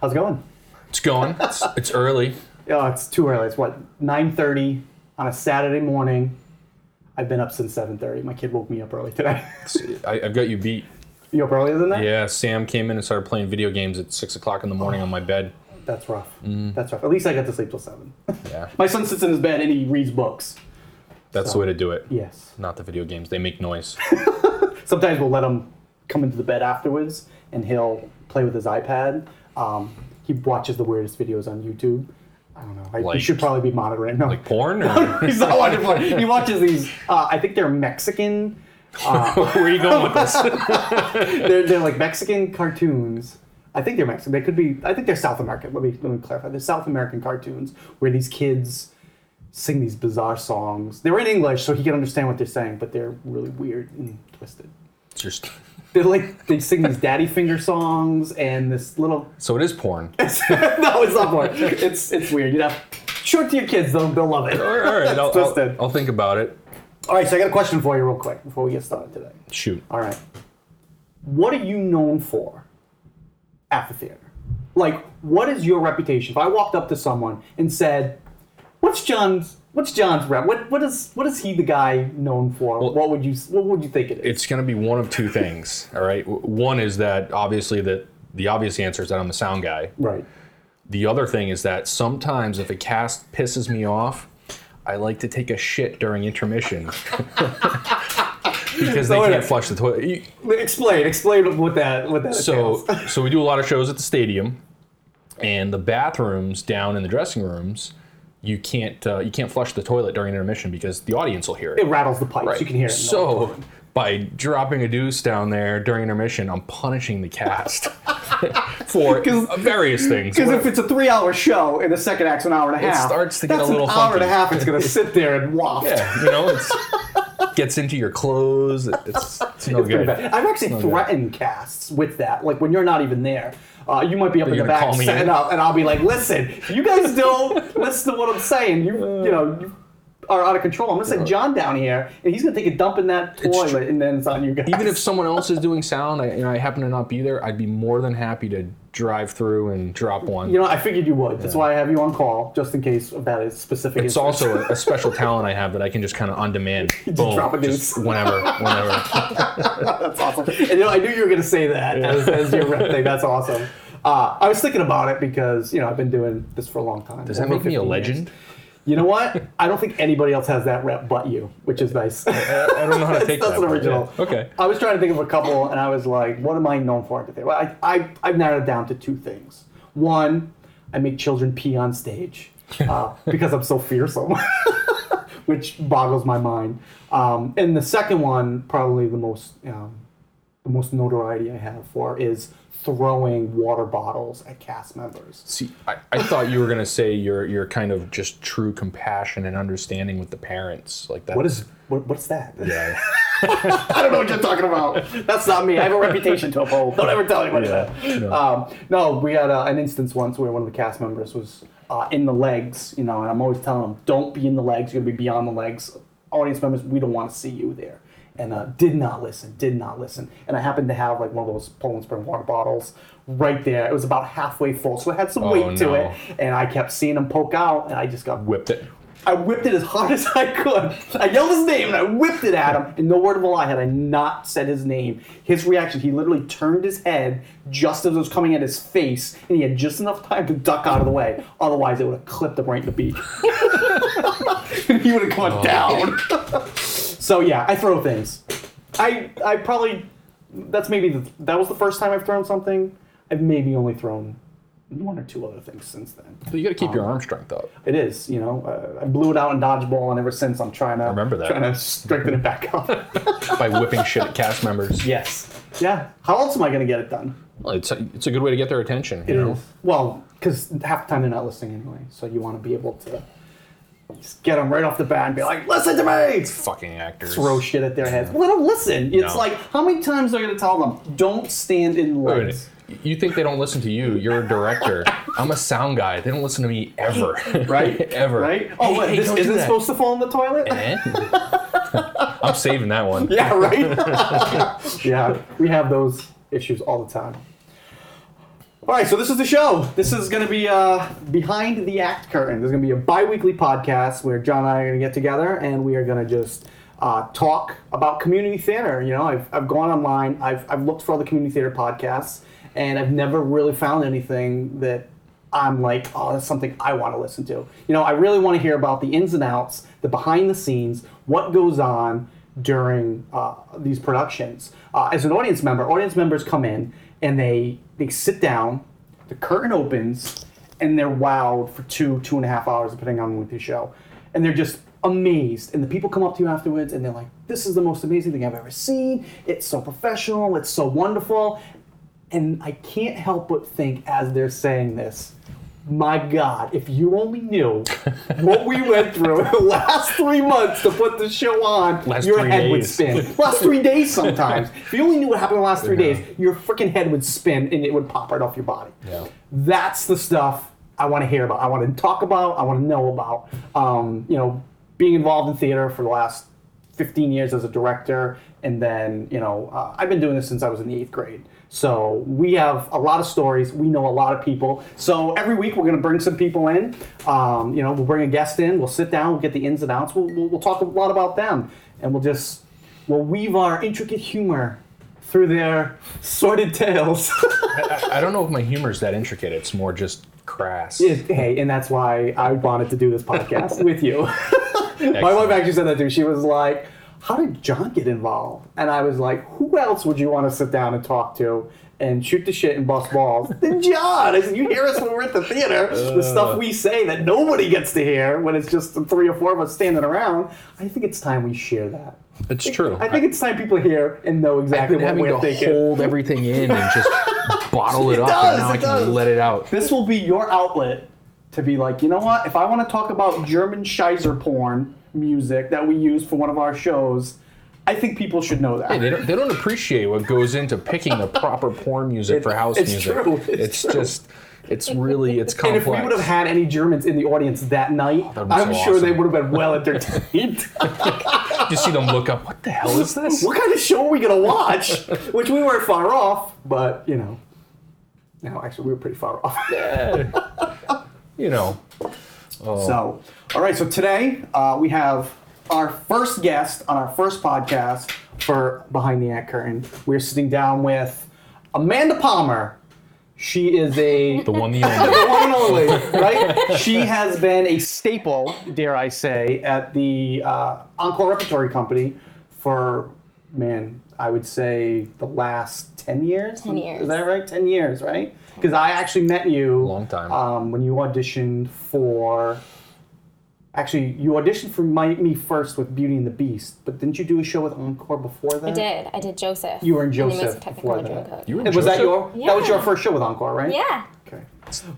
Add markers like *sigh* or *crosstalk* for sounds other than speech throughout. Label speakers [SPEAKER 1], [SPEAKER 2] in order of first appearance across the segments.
[SPEAKER 1] How's it going?
[SPEAKER 2] It's *laughs* going. It's, it's early.
[SPEAKER 1] Oh, it's too early. It's what 9:30 on a Saturday morning. I've been up since 7:30. My kid woke me up early today. *laughs*
[SPEAKER 2] I, I've got you beat.
[SPEAKER 1] you up earlier than that?
[SPEAKER 2] Yeah, Sam came in and started playing video games at six o'clock in the morning on my bed.
[SPEAKER 1] That's rough. That's rough. At least I got to sleep till seven. *laughs*
[SPEAKER 2] Yeah,
[SPEAKER 1] My son sits in his bed and he reads books.
[SPEAKER 2] that's the way to do it.
[SPEAKER 1] Yes.
[SPEAKER 2] Not the video games. They make *laughs* noise.
[SPEAKER 1] Sometimes we'll let him come into the bed afterwards and he'll play with his iPad. Um, he watches the weirdest videos on YouTube. I don't know. I,
[SPEAKER 2] Like-
[SPEAKER 1] you should probably be monitoring. No.
[SPEAKER 2] Like porn?
[SPEAKER 1] *laughs*
[SPEAKER 2] Or
[SPEAKER 1] He's not watching porn. He watches these. Uh, I think they're Mexican.
[SPEAKER 2] *laughs* where are you going with this?
[SPEAKER 1] They're, they're like Mexican cartoons. I think they're Mexican. They could be. I think they're South American. Let me let me clarify. They're South American cartoons where these kids sing these bizarre songs. They're in English, so he can understand what they're saying, but they're really weird and twisted.
[SPEAKER 2] It's *laughs* just-
[SPEAKER 1] They're like they sing these daddy finger songs and this little. *laughs*
[SPEAKER 2] so it is *laughs* porn.
[SPEAKER 1] no, it's not more. It's it's weird. You know, show it to your kids. They'll they'll love
[SPEAKER 2] All
[SPEAKER 1] it. *laughs*
[SPEAKER 2] right, I'll,
[SPEAKER 1] Twisted.
[SPEAKER 2] I'll, I'll think about it.
[SPEAKER 1] All right, so I got a question for you, real quick, before we get started today.
[SPEAKER 2] Shoot.
[SPEAKER 1] All right. What are you known for at the theater? Like, what is your reputation? If I walked up to someone and said, "What's John's? What's John's rep? What what is what is he the guy known for? what would you what would you think it is?"
[SPEAKER 2] It's going to be one of two things. All right. W- One is that obviously that the obvious answer is that I'm a sound guy.
[SPEAKER 1] Right.
[SPEAKER 2] The other thing is that sometimes if a cast pisses me off, I like to take a shit during intermission *laughs* because they
[SPEAKER 1] wait a
[SPEAKER 2] can't
[SPEAKER 1] minute.
[SPEAKER 2] flush the toilet. You-
[SPEAKER 1] Explain. Explain what that what that.
[SPEAKER 2] So,
[SPEAKER 1] entails.
[SPEAKER 2] so we do a lot of shows at the stadium, and the bathrooms down in the dressing rooms, you can't uh, you can't flush the toilet during intermission because the audience will hear it.
[SPEAKER 1] it rattles the pipes. You can hear it. in the
[SPEAKER 2] So, by dropping a deuce down there during intermission, I'm punishing the cast *laughs*
[SPEAKER 1] *laughs*
[SPEAKER 2] for various things.
[SPEAKER 1] Because if it's a three-hour show and the second act's an hour and a half,
[SPEAKER 2] starts to get
[SPEAKER 1] that's
[SPEAKER 2] a little
[SPEAKER 1] an hour and a
[SPEAKER 2] funky.
[SPEAKER 1] half. *laughs* It's gonna sit there and waft.
[SPEAKER 2] Yeah, you know, it's gets into your clothes. it- It's, it's no
[SPEAKER 1] pretty
[SPEAKER 2] good.
[SPEAKER 1] bad. I've actually threatened casts with that. Like when you're not even there, uh, you might be up in the
[SPEAKER 2] gonna
[SPEAKER 1] back
[SPEAKER 2] call me
[SPEAKER 1] setting
[SPEAKER 2] in?
[SPEAKER 1] up, and I'll be like, "Listen, you guys don't *laughs* listen to what I'm saying. You, you know." You, are out of control. I'm gonna send John down here, and he's gonna take a dump in that toilet,
[SPEAKER 2] tr-
[SPEAKER 1] and then it's on you guys. *laughs*
[SPEAKER 2] Even if someone else is doing sound I, and I happen to not be there, I'd be more than happy to drive through and drop one.
[SPEAKER 1] you know, I figured you would. That's why I have you on call, just in case of that is specific.
[SPEAKER 2] It's also a, a special talent I have that I can just kind of on demand,
[SPEAKER 1] *laughs*
[SPEAKER 2] boom,
[SPEAKER 1] drop a
[SPEAKER 2] just
[SPEAKER 1] deuce. *laughs*
[SPEAKER 2] whenever, whenever.
[SPEAKER 1] That's awesome. And you know, I knew you were going to say that as, as your rep thing. That's awesome. Uh, I was thinking about it because you know I've been doing this for a long time.
[SPEAKER 2] Does that make me a legend?
[SPEAKER 1] You know what? I don't think anybody else has that rep but you, which is nice.
[SPEAKER 2] *laughs* I, I don't
[SPEAKER 1] *laughs*
[SPEAKER 2] know how to
[SPEAKER 1] *laughs*
[SPEAKER 2] take
[SPEAKER 1] That's
[SPEAKER 2] that.
[SPEAKER 1] an
[SPEAKER 2] but yeah.
[SPEAKER 1] original.
[SPEAKER 2] Okay.
[SPEAKER 1] I was trying to think of a couple, and I was like, what am I known for? Well, I, I, I've narrowed it down to two things. One, I make children pee on stage
[SPEAKER 2] *laughs*
[SPEAKER 1] uh, because I'm so fearsome, *laughs* which boggles my mind. Um, and the second one, probably the most, um, the most notoriety I have for, is throwing water bottles at cast members.
[SPEAKER 2] See, I, I thought you were gonna say your your kind of just true compassion and understanding with the parents, like that.
[SPEAKER 1] What is what, what's
[SPEAKER 2] *laughs*
[SPEAKER 1] that?
[SPEAKER 2] Yeah.
[SPEAKER 1] I don't know what you're talking about. That's not me. I have a reputation to *laughs* uphold. Don't ever tell anybody
[SPEAKER 2] Yeah,
[SPEAKER 1] that.
[SPEAKER 2] no.
[SPEAKER 1] Um, no, we had uh, an instance once where one of the cast members was uh, in the legs, you know, and I'm always telling them, don't be in the legs. You're going to be beyond the legs. Audience members, we don't want to see you there. And uh, did not listen, did not listen. And I happened to have like one of those Poland Spring water bottles right there. It was about halfway full, so it had some weight to
[SPEAKER 2] no.
[SPEAKER 1] it. And I kept seeing him poke out, and I just got
[SPEAKER 2] Whipped it.
[SPEAKER 1] I whipped it as hard *laughs* as I could. I yelled his name and I whipped it at him. And no word of a lie, had I not said his name, his reaction, he literally turned his head just as it was coming at his face, and he had just enough time to duck out of the way. Otherwise, it would have clipped him right in the beak. *laughs* and he would have gone down. *laughs* so, yeah, I throw things. I, I probably, that's maybe, the, that was the first time I've thrown something. I've maybe only thrown one or two other things since then.
[SPEAKER 2] But you gotta keep
[SPEAKER 1] Um,
[SPEAKER 2] your arm strength up.
[SPEAKER 1] It is, you know. Uh, I blew it out in dodgeball, and ever since I'm trying to
[SPEAKER 2] remember that.
[SPEAKER 1] trying to strengthen it back up.
[SPEAKER 2] by whipping shit at cast members.
[SPEAKER 1] yes, yeah. How else am I going to get it done?
[SPEAKER 2] Well, it's a, it's a good way to get their attention. You know?
[SPEAKER 1] Well, because half the time they're not listening anyway, so you want to be able to just get them right off the bat and be like, "Listen to me!"
[SPEAKER 2] Fucking actors.
[SPEAKER 1] Throw shit at their heads. Well, they don't listen. It's
[SPEAKER 2] No.
[SPEAKER 1] like, how many times are I going to tell them, "Don't stand in
[SPEAKER 2] Wait a
[SPEAKER 1] lines"?
[SPEAKER 2] minute. You think they don't listen to you? You're a director. *laughs* I'm a sound guy. They don't listen to me ever.
[SPEAKER 1] Right?
[SPEAKER 2] *laughs* ever.
[SPEAKER 1] Right? Oh,
[SPEAKER 2] Hey,
[SPEAKER 1] what,
[SPEAKER 2] hey,
[SPEAKER 1] this
[SPEAKER 2] don't do
[SPEAKER 1] isn't
[SPEAKER 2] that.
[SPEAKER 1] supposed to fall in the toilet.
[SPEAKER 2] Eh?
[SPEAKER 1] *laughs*
[SPEAKER 2] *laughs* I'm saving that one.
[SPEAKER 1] Yeah, *laughs* right? yeah, we have those issues all the time. All right, so this is the show. This is going to be uh, behind the act curtain. There's going to be a bi-weekly podcast where John and I are going to get together and we are going to just uh, talk about community theater. You know, I've, I've gone online, I've, I've looked for other community theater podcasts, and I've never really found anything that I'm like, oh, that's something I want to listen to. You know, I really want to hear about the ins and outs, the behind the scenes, what goes on during uh, these productions. Uh, as an audience member, audience members come in and they they sit down, the curtain opens, and they're wowed for two two and a half hours, depending on the length of the show, and they're just amazed. And the people come up to you afterwards and they're like, "This is the most amazing thing I've ever seen. It's so professional. It's so wonderful." And I can't help but think as they're saying this, my God, if you only knew what we went through
[SPEAKER 2] *laughs*
[SPEAKER 1] in the last three months to put this show on,
[SPEAKER 2] Last
[SPEAKER 1] your
[SPEAKER 2] three
[SPEAKER 1] head would
[SPEAKER 2] days. *laughs*
[SPEAKER 1] spin. last three days sometimes. If you only knew what happened in the last three days, your freaking head would spin and it would pop right off your body.
[SPEAKER 2] Yeah.
[SPEAKER 1] That's the stuff I want to hear about. I want to talk about. I want to know about. Um, you know, being involved in theater for the last 15 years as a director, and then you know, uh, I've been doing this since I was in the eighth grade. So we have a lot of stories. We know a lot of people. So every week we're going to bring some people in. Um, you know, we'll bring a guest in. We'll sit down. We'll get the ins and outs. We'll, we'll, we'll talk a lot about them, and we'll just we'll weave our intricate humor through their sordid tales. *laughs*
[SPEAKER 2] I, I don't know if my humor is that intricate. It's more just crass.
[SPEAKER 1] It- hey, and that's why I wanted to do this
[SPEAKER 2] *laughs*
[SPEAKER 1] podcast with you. My wife
[SPEAKER 2] Excellent.
[SPEAKER 1] actually said that to me. She was like, "How did John get involved?" And I was like, "Who else would you want to sit down and talk to and shoot the shit and bust balls
[SPEAKER 2] *laughs*
[SPEAKER 1] than John?" I said, "You hear us when we're at the theater, the
[SPEAKER 2] Uh.
[SPEAKER 1] stuff we say that nobody gets to hear when it's just the three or four of us standing around." I think it's time we share that.
[SPEAKER 2] It's true.
[SPEAKER 1] I think it's time people hear and know exactly
[SPEAKER 2] I've been
[SPEAKER 1] what
[SPEAKER 2] having
[SPEAKER 1] we're
[SPEAKER 2] to
[SPEAKER 1] thinking.
[SPEAKER 2] hold everything in and
[SPEAKER 1] *laughs*
[SPEAKER 2] just bottle it, up,
[SPEAKER 1] does,
[SPEAKER 2] and now
[SPEAKER 1] it
[SPEAKER 2] I can
[SPEAKER 1] does.
[SPEAKER 2] let it out.
[SPEAKER 1] this will be your outlet to be like, you know what? If I want to talk about German Scheiser porn music that we use for one of our shows, I think people should know that.
[SPEAKER 2] They don't, they don't appreciate what goes into picking the proper porn music for house
[SPEAKER 1] it's
[SPEAKER 2] music.
[SPEAKER 1] true, it's
[SPEAKER 2] just, it's really, it's
[SPEAKER 1] and
[SPEAKER 2] complex. Oh,
[SPEAKER 1] if we would have had any Germans in the audience that night,
[SPEAKER 2] that'd be
[SPEAKER 1] I'm
[SPEAKER 2] so
[SPEAKER 1] sure they
[SPEAKER 2] awesome.
[SPEAKER 1] would have been well
[SPEAKER 2] *laughs*
[SPEAKER 1] entertained.
[SPEAKER 2] you see them look up, what the hell is
[SPEAKER 1] *laughs*
[SPEAKER 2] this?
[SPEAKER 1] what kind of show are we gonna watch? Which we weren't far off, but you know, no, actually we were pretty far off. *laughs*
[SPEAKER 2] You know,
[SPEAKER 1] So, all right. So today uh, we have our first guest on our first podcast for Behind the Act Curtain. We're sitting down with Amanda Palmer. She is a
[SPEAKER 2] the one, the only.
[SPEAKER 1] *laughs* the one and only,
[SPEAKER 2] *laughs*
[SPEAKER 1] right? She has been a staple, dare I say, at the uh, Encore Repertory Company for, man, I would say the last 10 years?
[SPEAKER 3] 10 years.
[SPEAKER 1] Is that right? 10 years, right? Because I actually met you.
[SPEAKER 2] Long time.
[SPEAKER 1] Um, when you auditioned for. Actually, you auditioned for my, me first with Beauty and the Beast, but didn't you do a show with Encore before that?
[SPEAKER 3] I did. I did Joseph.
[SPEAKER 1] You were in
[SPEAKER 3] the
[SPEAKER 1] Joseph
[SPEAKER 3] Amazing Technicolor
[SPEAKER 1] before that.
[SPEAKER 3] Dreamcoat.
[SPEAKER 2] You were
[SPEAKER 1] And was that
[SPEAKER 2] Joseph?
[SPEAKER 1] your? That was your
[SPEAKER 3] Yeah.
[SPEAKER 1] first show with Encore, right?
[SPEAKER 3] yeah.
[SPEAKER 1] Okay.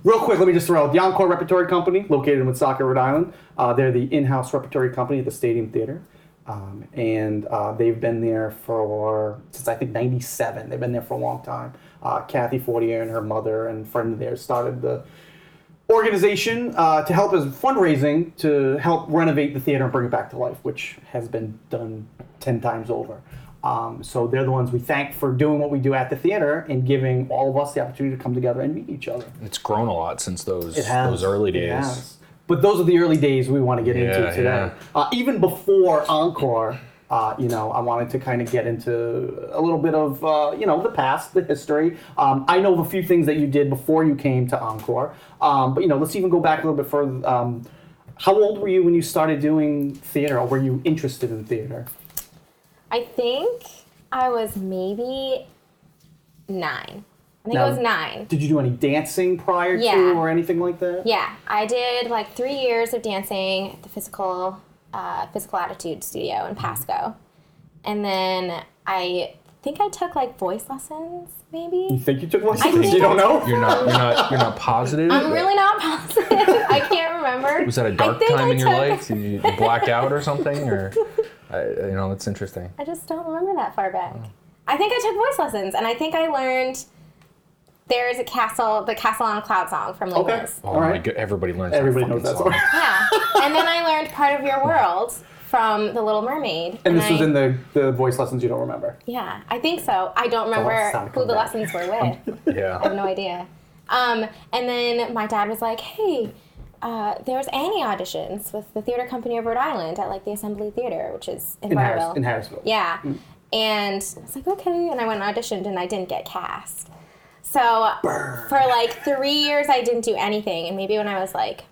[SPEAKER 1] Real quick, let me just throw out the Encore Repertory Company, located in Woonsocket, Rhode Island. Uh, they're the in-house repertory company at the Stadium Theater, um, and uh, they've been there for since I think '97. They've been there for a long time. Uh, Kathy Fortier and her mother and friend of theirs started the organization uh, to help as fundraising to help renovate the theater and bring it back to life, which has been done 10 times over. Um, so they're the ones we thank for doing what we do at the theater and giving all of us the opportunity to come together and meet each other.
[SPEAKER 2] It's grown a lot since those
[SPEAKER 1] It has.
[SPEAKER 2] those early
[SPEAKER 1] It
[SPEAKER 2] days.
[SPEAKER 1] has. But those are the early days we want to get
[SPEAKER 2] Yeah,
[SPEAKER 1] into today.
[SPEAKER 2] yeah.
[SPEAKER 1] Uh, even before Encore, uh, you know, I wanted to kind of get into a little bit of, uh, you know, the past, the history. Um, I know of a few things that you did before you came to Encore. Um, but, you know, let's even go back a little bit further. Um, how old were you when you started doing theater, or were you interested in theater?
[SPEAKER 3] I think I was maybe nine. I think
[SPEAKER 1] Now-
[SPEAKER 3] I was nine.
[SPEAKER 1] Did you do any dancing prior to
[SPEAKER 3] Yeah.
[SPEAKER 1] or anything like that?
[SPEAKER 3] Yeah, I did like three years of dancing at the physical uh, physical attitude
[SPEAKER 1] Mm-hmm.
[SPEAKER 3] studio in Pasco, and then I think I took like voice lessons.
[SPEAKER 1] You
[SPEAKER 3] Maybe
[SPEAKER 1] think you took voice lessons?
[SPEAKER 3] think
[SPEAKER 1] You
[SPEAKER 3] I
[SPEAKER 1] don't know?
[SPEAKER 2] You're not, you're not, you're not positive.
[SPEAKER 3] I'm really not positive. *laughs* I can't remember.
[SPEAKER 2] was that a
[SPEAKER 3] I
[SPEAKER 2] dark
[SPEAKER 3] think
[SPEAKER 2] time
[SPEAKER 3] I
[SPEAKER 2] in your
[SPEAKER 3] took-
[SPEAKER 2] life? Did you black out or something? Or I, you know, that's interesting.
[SPEAKER 3] I just don't remember that far back.
[SPEAKER 1] Mm.
[SPEAKER 3] I think I took voice lessons, and I think I learned there is a castle, the Castle on a Cloud song from Lee
[SPEAKER 1] Okay.
[SPEAKER 3] Lewis.
[SPEAKER 2] Oh
[SPEAKER 1] All
[SPEAKER 2] my
[SPEAKER 1] right.
[SPEAKER 2] god, everybody learns.
[SPEAKER 1] Everybody
[SPEAKER 2] that
[SPEAKER 1] knows
[SPEAKER 2] fucking
[SPEAKER 1] that song.
[SPEAKER 2] song.
[SPEAKER 3] Yeah, and then I learned Part of Your World from The Little Mermaid.
[SPEAKER 1] And this
[SPEAKER 3] I,
[SPEAKER 1] was in the, the voice lessons you don't remember.
[SPEAKER 3] Yeah, I think so. I don't
[SPEAKER 1] let's
[SPEAKER 3] remember
[SPEAKER 1] not
[SPEAKER 3] who
[SPEAKER 1] come
[SPEAKER 3] the
[SPEAKER 1] back.
[SPEAKER 3] lessons were with. I
[SPEAKER 2] Yeah. *laughs*
[SPEAKER 3] have no idea. Um, and then my dad was like, hey, uh, there's Annie auditions with the theater company of Rhode Island at like the Assembly Theater, which is in,
[SPEAKER 1] in,
[SPEAKER 3] Barville.
[SPEAKER 1] Harris, in Harrisville.
[SPEAKER 3] Yeah.
[SPEAKER 2] Mm.
[SPEAKER 3] And I was like, okay. And I went and auditioned and I didn't get cast. So for like three years, I didn't do anything. And maybe when I was like,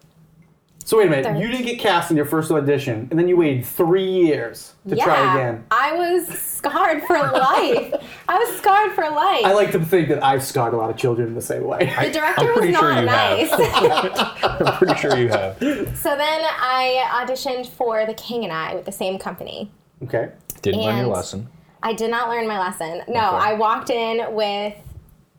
[SPEAKER 1] So wait a minute,
[SPEAKER 3] Third.
[SPEAKER 1] you didn't get cast in your first audition, and then you waited three years to
[SPEAKER 3] yeah,
[SPEAKER 1] try again.
[SPEAKER 3] I was scarred
[SPEAKER 2] *laughs*
[SPEAKER 3] for life. I was scarred for life.
[SPEAKER 1] I like to think that I've scarred a lot of children in the same way.
[SPEAKER 3] the director
[SPEAKER 2] I'm
[SPEAKER 3] was
[SPEAKER 2] pretty
[SPEAKER 3] not
[SPEAKER 2] sure you
[SPEAKER 3] nice.
[SPEAKER 2] have. *laughs* I'm pretty sure you have. Didn't
[SPEAKER 3] so then I auditioned for The King and I with the same company.
[SPEAKER 1] *laughs* okay.
[SPEAKER 2] learn your
[SPEAKER 3] And-
[SPEAKER 2] lesson.
[SPEAKER 3] I did not learn my lesson.
[SPEAKER 2] Okay.
[SPEAKER 3] No, I walked in with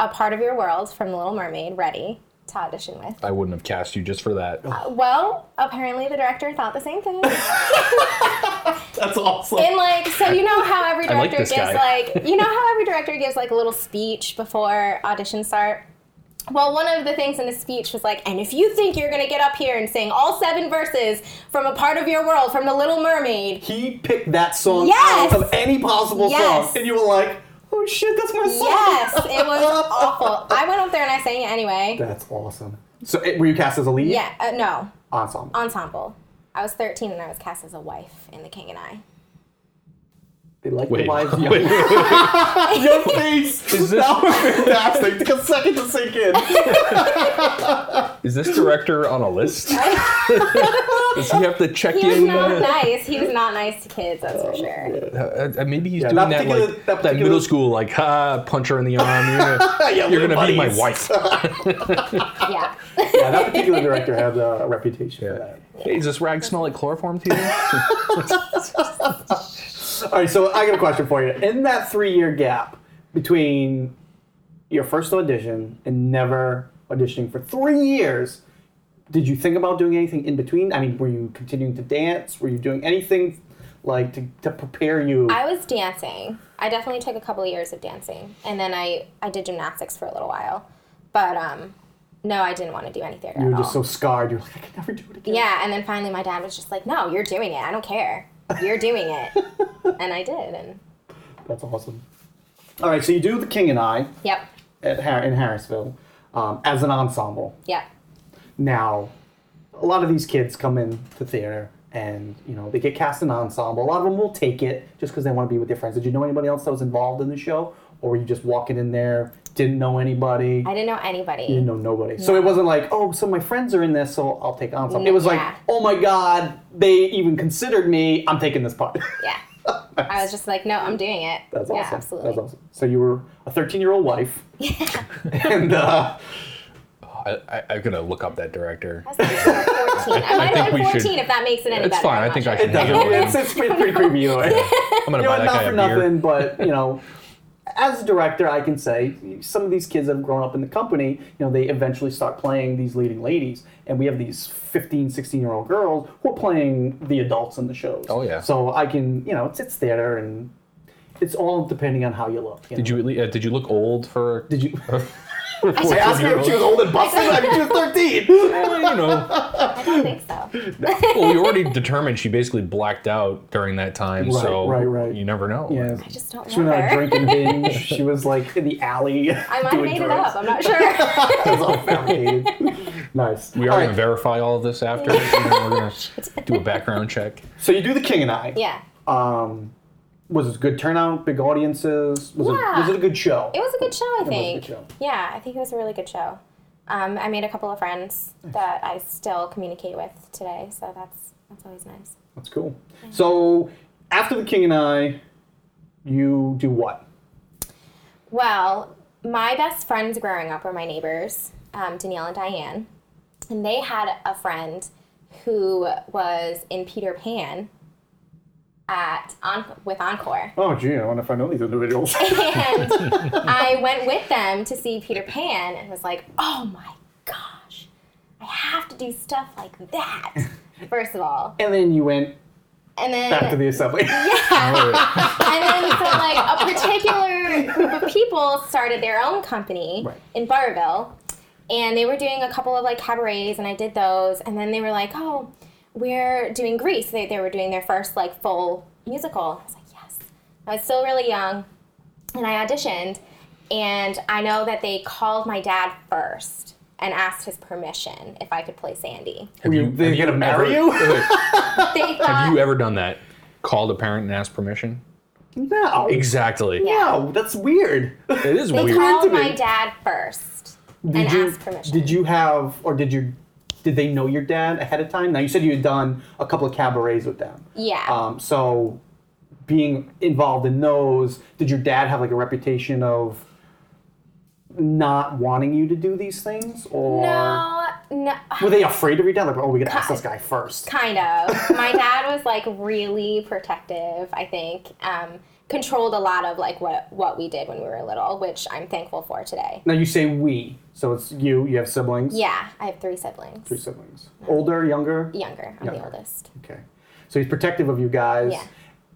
[SPEAKER 3] a part of your world from The Little Mermaid ready to audition with.
[SPEAKER 2] I wouldn't have cast you just for that.
[SPEAKER 3] Well, apparently the director thought the same thing.
[SPEAKER 1] That's awesome.
[SPEAKER 3] And like, so you know how every
[SPEAKER 2] I like
[SPEAKER 3] director
[SPEAKER 2] this guy.
[SPEAKER 3] gives like, you know how every director gives like a little speech before auditions start. Well, one of the things in the speech was like, and if you think you're gonna get up here and sing all seven verses from a part of your world from The Little Mermaid,
[SPEAKER 1] he picked that song
[SPEAKER 3] Yes!
[SPEAKER 1] out of any possible
[SPEAKER 3] Yes!
[SPEAKER 1] song, and you were like, "Oh shit, that's my song."
[SPEAKER 3] yes, it was awful. I went up there and I sang it anyway.
[SPEAKER 1] *laughs* That's awesome. So it, were you cast as a lead?
[SPEAKER 3] Yeah, uh, no,
[SPEAKER 1] Ensemble.
[SPEAKER 3] ensemble. I was 13 and I was cast as a wife in The King and I.
[SPEAKER 1] they like
[SPEAKER 2] Wait,
[SPEAKER 1] the lives.
[SPEAKER 2] *laughs* wait, wait, wait.
[SPEAKER 1] Your *laughs* face.
[SPEAKER 2] Is this-
[SPEAKER 1] that was fantastic. Took a second to sink
[SPEAKER 3] *laughs*
[SPEAKER 1] in.
[SPEAKER 2] is this director on a list? Does he have to check
[SPEAKER 3] *laughs* He was
[SPEAKER 2] in?
[SPEAKER 3] not nice. He was not nice to kids, that's for sure.
[SPEAKER 2] Uh, uh, maybe he's
[SPEAKER 1] Yeah, that
[SPEAKER 2] doing that
[SPEAKER 1] particular-
[SPEAKER 2] like
[SPEAKER 1] that
[SPEAKER 2] that,
[SPEAKER 1] particular-
[SPEAKER 2] middle school like ha punch her in the arm.
[SPEAKER 1] *laughs*
[SPEAKER 2] You're gonna,
[SPEAKER 1] Yeah,
[SPEAKER 2] you're
[SPEAKER 1] we're
[SPEAKER 2] gonna be my
[SPEAKER 1] buddies. *laughs*
[SPEAKER 2] wife. *laughs*
[SPEAKER 3] Yeah.
[SPEAKER 1] yeah, that particular director had uh, a reputation for
[SPEAKER 2] Yeah.
[SPEAKER 1] that.
[SPEAKER 2] Hey, does this rag smell like
[SPEAKER 1] *laughs*
[SPEAKER 2] chloroform to you?
[SPEAKER 1] All right, so I got a question for you. In that three-year gap between your first audition and never auditioning for three years, did you think about doing anything in between? I mean, were you continuing to dance? Were you doing anything like to, to prepare you?
[SPEAKER 3] I was dancing. I definitely took a couple of years of dancing, and then I I did gymnastics for a little while, but um, no, I didn't want to do any theater
[SPEAKER 1] you were
[SPEAKER 3] at
[SPEAKER 1] just so
[SPEAKER 3] all.
[SPEAKER 1] scarred. You're like, I can never do it again.
[SPEAKER 3] yeah, and then finally my dad was just like, "No, you're doing it. I don't care. You're
[SPEAKER 1] *laughs*
[SPEAKER 3] doing it," and I did, and
[SPEAKER 1] That's awesome. All right, so you do The King and I
[SPEAKER 3] yep,
[SPEAKER 1] at Har- in Harrisville um, as an ensemble.
[SPEAKER 3] yep,
[SPEAKER 1] Now, a lot of these kids come in to theater and you know they get cast in ensemble. A lot of them will take it just because they want to be with their friends. Did you know anybody else that was involved in the show, or were you just walking in there didn't know anybody?
[SPEAKER 3] I didn't know anybody.
[SPEAKER 1] didn't know nobody. So it wasn't like, oh, so my friends are in this, so I'll take ensemble.
[SPEAKER 3] No,
[SPEAKER 1] It was
[SPEAKER 3] yeah.
[SPEAKER 1] like, oh my god, they even considered me. I'm taking this part. *laughs*
[SPEAKER 3] Yeah, I was just like, "No, I'm doing it."
[SPEAKER 1] That's
[SPEAKER 3] yeah,
[SPEAKER 1] awesome.
[SPEAKER 3] absolutely.
[SPEAKER 1] That's awesome. So you were a 13 year old wife,
[SPEAKER 3] *laughs*
[SPEAKER 1] and uh,
[SPEAKER 2] I, I, I'm gonna look up that director.
[SPEAKER 3] I was like,
[SPEAKER 2] *laughs*
[SPEAKER 3] fourteen. I might
[SPEAKER 2] think
[SPEAKER 3] have been
[SPEAKER 2] we should-
[SPEAKER 3] fourteen if that makes it any
[SPEAKER 2] It's
[SPEAKER 3] better.
[SPEAKER 2] fine.
[SPEAKER 3] I'm
[SPEAKER 2] I
[SPEAKER 3] not
[SPEAKER 2] think I
[SPEAKER 3] sure.
[SPEAKER 2] can handle
[SPEAKER 3] *laughs*
[SPEAKER 2] it.
[SPEAKER 1] it's, it's pretty, pretty creepy either way.
[SPEAKER 2] I'm gonna
[SPEAKER 1] you
[SPEAKER 2] buy
[SPEAKER 1] know, not
[SPEAKER 2] that guy
[SPEAKER 1] for
[SPEAKER 2] a beer.
[SPEAKER 1] nothing, but you know, *laughs* as a director, I can say some of these kids that have grown up in the company. You know, they eventually start playing these leading ladies, and we have these 15, 16 year old girls who are playing the adults in the shows.
[SPEAKER 2] Oh, yeah.
[SPEAKER 1] So I can, you know, it's it's theater, and it's all depending on how you look.
[SPEAKER 2] Did
[SPEAKER 1] know.
[SPEAKER 2] you at lea- uh, did you look old *laughs* for?
[SPEAKER 1] Did you?
[SPEAKER 2] for
[SPEAKER 1] I asked her if she was
[SPEAKER 2] 14-year-old?
[SPEAKER 1] old and busted. I mean, she was
[SPEAKER 2] *laughs*
[SPEAKER 1] thirteen.
[SPEAKER 2] Well, you know,
[SPEAKER 3] I don't think so.
[SPEAKER 2] well, we already determined she basically blacked out during that time,
[SPEAKER 1] Right,
[SPEAKER 2] so
[SPEAKER 1] right, right.
[SPEAKER 2] you never know.
[SPEAKER 1] Yeah.
[SPEAKER 3] I just don't
[SPEAKER 1] She went on a
[SPEAKER 3] remember.
[SPEAKER 1] drinking binge. She was like in the alley.
[SPEAKER 3] *laughs* I might
[SPEAKER 1] *laughs*
[SPEAKER 3] have
[SPEAKER 1] doing
[SPEAKER 3] made it
[SPEAKER 1] drugs.
[SPEAKER 3] up. I'm not
[SPEAKER 1] *laughs*
[SPEAKER 3] sure.
[SPEAKER 1] It was all fabricated.
[SPEAKER 3] *laughs*
[SPEAKER 1] nice.
[SPEAKER 2] We are
[SPEAKER 1] All
[SPEAKER 2] gonna
[SPEAKER 1] right.
[SPEAKER 2] verify all of this after. and then we're gonna do a background check.
[SPEAKER 1] So you do the King and I.
[SPEAKER 3] yeah.
[SPEAKER 1] Um, was it a good turnout? Big audiences? Was,
[SPEAKER 3] Yeah.
[SPEAKER 1] it, was it a good show?
[SPEAKER 3] It was a good show, I
[SPEAKER 1] was a
[SPEAKER 3] think.
[SPEAKER 1] good show.
[SPEAKER 3] Yeah, I think it was a really good show. Um, I made a couple of friends that I still communicate with today, so that's that's always nice.
[SPEAKER 1] That's cool. So after the King and I, you do what?
[SPEAKER 3] Well, my best friends growing up were my neighbors, um, Danielle and Diane, and they had a friend who was in Peter Pan at on, with Encore.
[SPEAKER 1] Oh, gee, I wonder if I know these individuals.
[SPEAKER 3] and I went with them to see Peter Pan and was like, oh my gosh, I have to do stuff like that, first of all.
[SPEAKER 1] and then you went
[SPEAKER 3] And then,
[SPEAKER 1] back to the assembly. *laughs*
[SPEAKER 3] and then so like a particular group of people started their own company
[SPEAKER 1] Right.
[SPEAKER 3] in Barville, and they were doing a couple of like cabarets, and I did those, and then they were like, oh, we're doing Grease. They, they were doing their first like full musical. I was like, yes. I was still really young, and I auditioned, And I know that they called my dad first and asked his permission if I could play Sandy.
[SPEAKER 2] Have
[SPEAKER 1] You- they're gonna marry you? *laughs*
[SPEAKER 3] They
[SPEAKER 2] have
[SPEAKER 3] thought,
[SPEAKER 2] you ever done that? Called a parent and asked permission?
[SPEAKER 1] No.
[SPEAKER 2] Exactly.
[SPEAKER 1] No, that's weird. *laughs*
[SPEAKER 2] It is
[SPEAKER 3] they
[SPEAKER 2] weird.
[SPEAKER 1] to me.
[SPEAKER 3] called my dad first
[SPEAKER 1] Did
[SPEAKER 3] and
[SPEAKER 1] you
[SPEAKER 3] asked permission.
[SPEAKER 1] did you have or did you did they know your dad ahead of time? Now you said you had done a couple of cabarets with them.
[SPEAKER 3] Yeah.
[SPEAKER 1] Um, so being involved in those, did your dad have like a reputation of not wanting you to do these things, or
[SPEAKER 3] no, no, *sighs*
[SPEAKER 1] were they afraid of your dad? Like, oh, we gotta ask this guy first.
[SPEAKER 3] kind
[SPEAKER 1] *laughs*
[SPEAKER 3] of. my dad was like really protective. I think um, controlled a lot of like what what we did when we were little, which I'm thankful for today.
[SPEAKER 1] Now you say we, so it's you. You have siblings.
[SPEAKER 3] Yeah, I have three siblings.
[SPEAKER 1] Three siblings. Older, younger.
[SPEAKER 3] Younger. I'm
[SPEAKER 1] Younger.
[SPEAKER 3] the oldest.
[SPEAKER 1] Okay. So he's protective of you guys.
[SPEAKER 3] Yeah.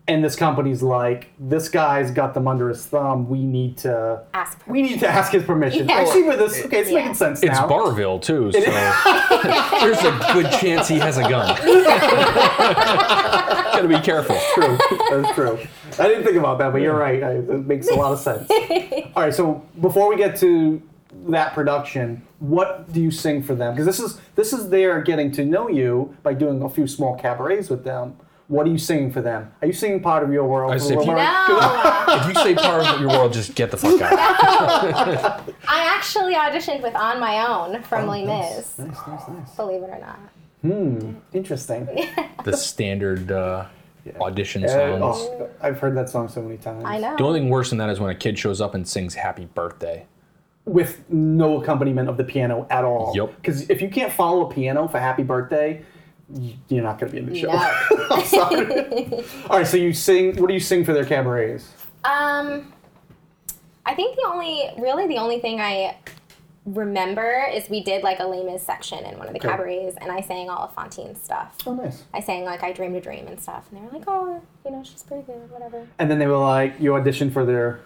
[SPEAKER 1] And this company's like, this guy's got them under his thumb. We need to
[SPEAKER 3] Ask
[SPEAKER 1] we need to ask his permission.
[SPEAKER 3] Yeah.
[SPEAKER 1] Actually, with this, okay, it's
[SPEAKER 3] Yeah.
[SPEAKER 1] making sense
[SPEAKER 2] It's
[SPEAKER 1] now.
[SPEAKER 2] Barville too, so there's *laughs* a good chance he has a gun. Gotta be careful.
[SPEAKER 1] *laughs* true. That's true. I didn't think about that, but you're right. I, it makes a lot of
[SPEAKER 3] *laughs*
[SPEAKER 1] sense. All right. So before we get to that production, what do you sing for them? Because this is this is their getting to know you by doing a few small cabarets with them. What are you singing for them? Are you singing part of your world?
[SPEAKER 2] I see.
[SPEAKER 1] Well, *laughs*
[SPEAKER 2] No.
[SPEAKER 3] No, uh,
[SPEAKER 2] If you say part of your world, just get the fuck out.
[SPEAKER 3] I actually auditioned with On My Own from Les Mis,
[SPEAKER 1] Oh, Nice, nice, nice.
[SPEAKER 3] believe it or not.
[SPEAKER 1] Interesting.
[SPEAKER 2] The standard uh, audition
[SPEAKER 1] Uh,
[SPEAKER 2] songs.
[SPEAKER 1] oh, I've heard that song so many times.
[SPEAKER 3] I know.
[SPEAKER 2] The only thing worse than that is when a kid shows up and sings "Happy Birthday."
[SPEAKER 1] With no accompaniment of the piano at all.
[SPEAKER 2] Yep.
[SPEAKER 1] Because if you can't follow a piano for Happy Birthday, y- you're not going to be in the show.
[SPEAKER 3] No.
[SPEAKER 1] I'm sorry. *laughs* all right, so you sing. What do you sing for their cabarets?
[SPEAKER 3] Um, I think the only, really the only thing I remember is we did like a Les Mis section in one of the
[SPEAKER 1] Okay.
[SPEAKER 3] cabarets, and I sang all of Fontaine's stuff.
[SPEAKER 1] Oh, nice.
[SPEAKER 3] I sang like I Dreamed a Dream and stuff, and they were like, oh, you know, she's pretty good, whatever.
[SPEAKER 1] And then they were like, you auditioned for their.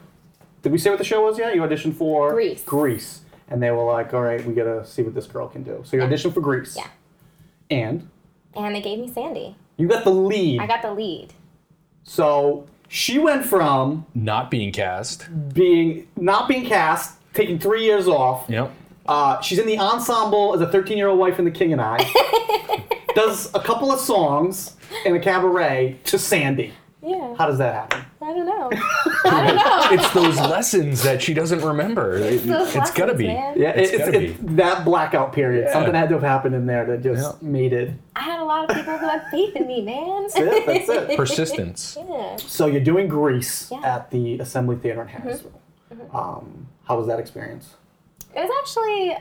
[SPEAKER 1] Did we say what the show was yet? You auditioned for
[SPEAKER 3] Grease.
[SPEAKER 1] Grease. And they were like, all right, we got to see what this girl can do. So you
[SPEAKER 3] Yeah.
[SPEAKER 1] auditioned for Grease.
[SPEAKER 3] Yeah.
[SPEAKER 1] And
[SPEAKER 3] And they gave me Sandy.
[SPEAKER 1] you got the lead.
[SPEAKER 3] I got the lead.
[SPEAKER 1] so she went from
[SPEAKER 2] Not being cast.
[SPEAKER 1] being not being cast, taking three years off.
[SPEAKER 2] Yep.
[SPEAKER 1] Uh, she's in the ensemble as a 13 year old wife in The King and I.
[SPEAKER 2] *laughs*
[SPEAKER 1] does a couple of songs in a cabaret to Sandy.
[SPEAKER 3] Yeah,
[SPEAKER 1] How does that happen?
[SPEAKER 3] I
[SPEAKER 1] *laughs*
[SPEAKER 3] don't know. I don't know.
[SPEAKER 2] It's those lessons that she doesn't remember. It,
[SPEAKER 3] Those
[SPEAKER 2] has gotta
[SPEAKER 3] lessons,
[SPEAKER 2] be.
[SPEAKER 3] man.
[SPEAKER 1] Yeah,
[SPEAKER 2] It's
[SPEAKER 1] it- it's,
[SPEAKER 2] gotta
[SPEAKER 1] it's that blackout period.
[SPEAKER 2] Yeah.
[SPEAKER 1] Something had to have happened in there that just
[SPEAKER 2] Yeah.
[SPEAKER 1] made it.
[SPEAKER 3] I had a lot of people who had faith in me, man.
[SPEAKER 1] That's it. That's
[SPEAKER 2] *laughs*
[SPEAKER 1] it.
[SPEAKER 2] Persistence.
[SPEAKER 3] *laughs* yeah.
[SPEAKER 1] So you're doing Grease
[SPEAKER 3] Yeah. Mm-hmm.
[SPEAKER 1] at the Assembly Theater in Harrisville. Um, how was that experience?
[SPEAKER 3] It was actually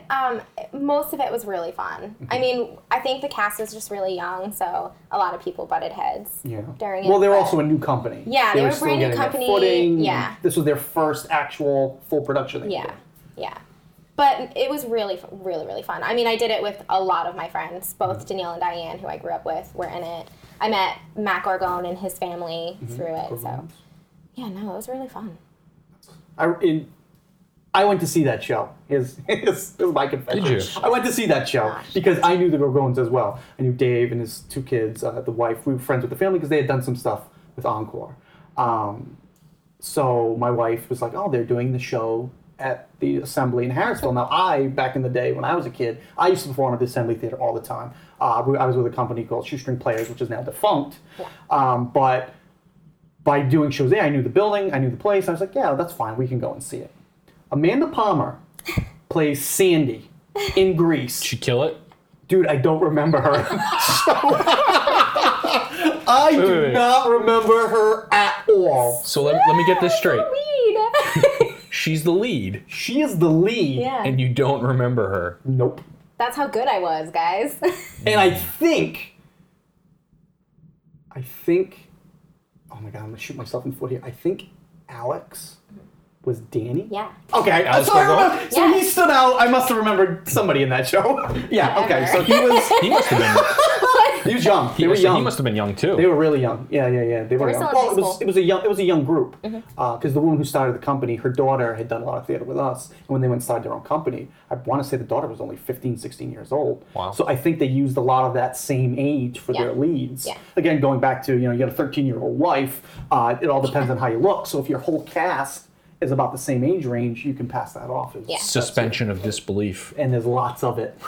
[SPEAKER 3] um, most of it was really fun.
[SPEAKER 1] Mm-hmm.
[SPEAKER 3] I mean, I think the cast was just really young, so a lot of people butted heads
[SPEAKER 1] Yeah.
[SPEAKER 3] during it.
[SPEAKER 1] Well, they were
[SPEAKER 3] but-
[SPEAKER 1] also a new company.
[SPEAKER 3] Yeah, they were a
[SPEAKER 1] still
[SPEAKER 3] brand new
[SPEAKER 1] getting their
[SPEAKER 3] company.
[SPEAKER 1] footing.
[SPEAKER 3] Yeah.
[SPEAKER 1] This was their first actual full production. They
[SPEAKER 3] yeah,
[SPEAKER 1] did.
[SPEAKER 3] yeah. But it was really, fu- really, really fun. I mean, I did it with a lot of my friends.
[SPEAKER 1] Mm-hmm.
[SPEAKER 3] Both Danielle and Diane, who I grew up with, were in it. I met Mac Orgone and his family
[SPEAKER 1] Mm-hmm.
[SPEAKER 3] through it. So yeah, no, it was really fun.
[SPEAKER 1] I in, I went to see that show. *laughs* Is is, is my confession.
[SPEAKER 2] Did you?
[SPEAKER 1] I went to see that show because I knew the Gorgones as well. I knew Dave and his two kids, uh, the wife. We were friends with the family because they had done some stuff with Encore. Um, so my wife was like, "Oh, they're doing the show." At the assembly in Harrisville. Now, I back in the day when I was a kid, I used to perform at the assembly theater all the time. Uh, we- I was with a company called Shoestring Players, which is now defunct. Um, but by doing shows there, I knew the building, I knew the place. I was like, yeah, that's fine. We can go and see it. Amanda Palmer plays Sandy in Greece.
[SPEAKER 2] She kill it.
[SPEAKER 1] Dude, I don't remember her. *laughs* So- I do
[SPEAKER 2] wait, wait.
[SPEAKER 1] not remember her at all.
[SPEAKER 2] So let, let me get this straight.
[SPEAKER 1] *laughs*
[SPEAKER 3] Weed.
[SPEAKER 2] She's the lead,
[SPEAKER 1] She is the lead.
[SPEAKER 3] yeah.
[SPEAKER 2] and you don't remember her.
[SPEAKER 1] Nope.
[SPEAKER 3] *laughs* That's how good I was, guys. *laughs*
[SPEAKER 1] And I think, I think, oh my god, I'm gonna shoot myself in the foot here. I think Alex was Danny.
[SPEAKER 3] yeah.
[SPEAKER 1] Okay,
[SPEAKER 2] Alex
[SPEAKER 1] so, I
[SPEAKER 2] Borgo?
[SPEAKER 1] remember, so he
[SPEAKER 3] Yeah.
[SPEAKER 1] stood out. I must have remembered somebody in that show. *laughs* yeah. Okay, so he was
[SPEAKER 2] He must have
[SPEAKER 3] *laughs*
[SPEAKER 2] been.
[SPEAKER 1] he was young.
[SPEAKER 2] He,
[SPEAKER 1] they were
[SPEAKER 2] must,
[SPEAKER 1] young.
[SPEAKER 2] he must have been young too.
[SPEAKER 1] they were really young. Yeah, yeah, yeah. They were,
[SPEAKER 3] were
[SPEAKER 1] young.
[SPEAKER 3] still in
[SPEAKER 1] Well,
[SPEAKER 3] high
[SPEAKER 1] it was
[SPEAKER 3] school. Mm-hmm.
[SPEAKER 1] it was a young it was a young group because the woman who started the company, her daughter had done a lot of theater with us, and when they went and started their own company, I want to say the daughter was only 15, 16 years old.
[SPEAKER 2] Wow.
[SPEAKER 1] So I think they used a lot of that same age for
[SPEAKER 3] Yeah.
[SPEAKER 1] their leads.
[SPEAKER 3] Yeah.
[SPEAKER 1] Again, going back to you know you got a thirteen year old wife. Uh, it all depends on how you look. So if your whole cast is about the same age range, you can pass that off. As,
[SPEAKER 3] Yeah.
[SPEAKER 2] Suspension of disbelief.
[SPEAKER 1] And there's lots of it.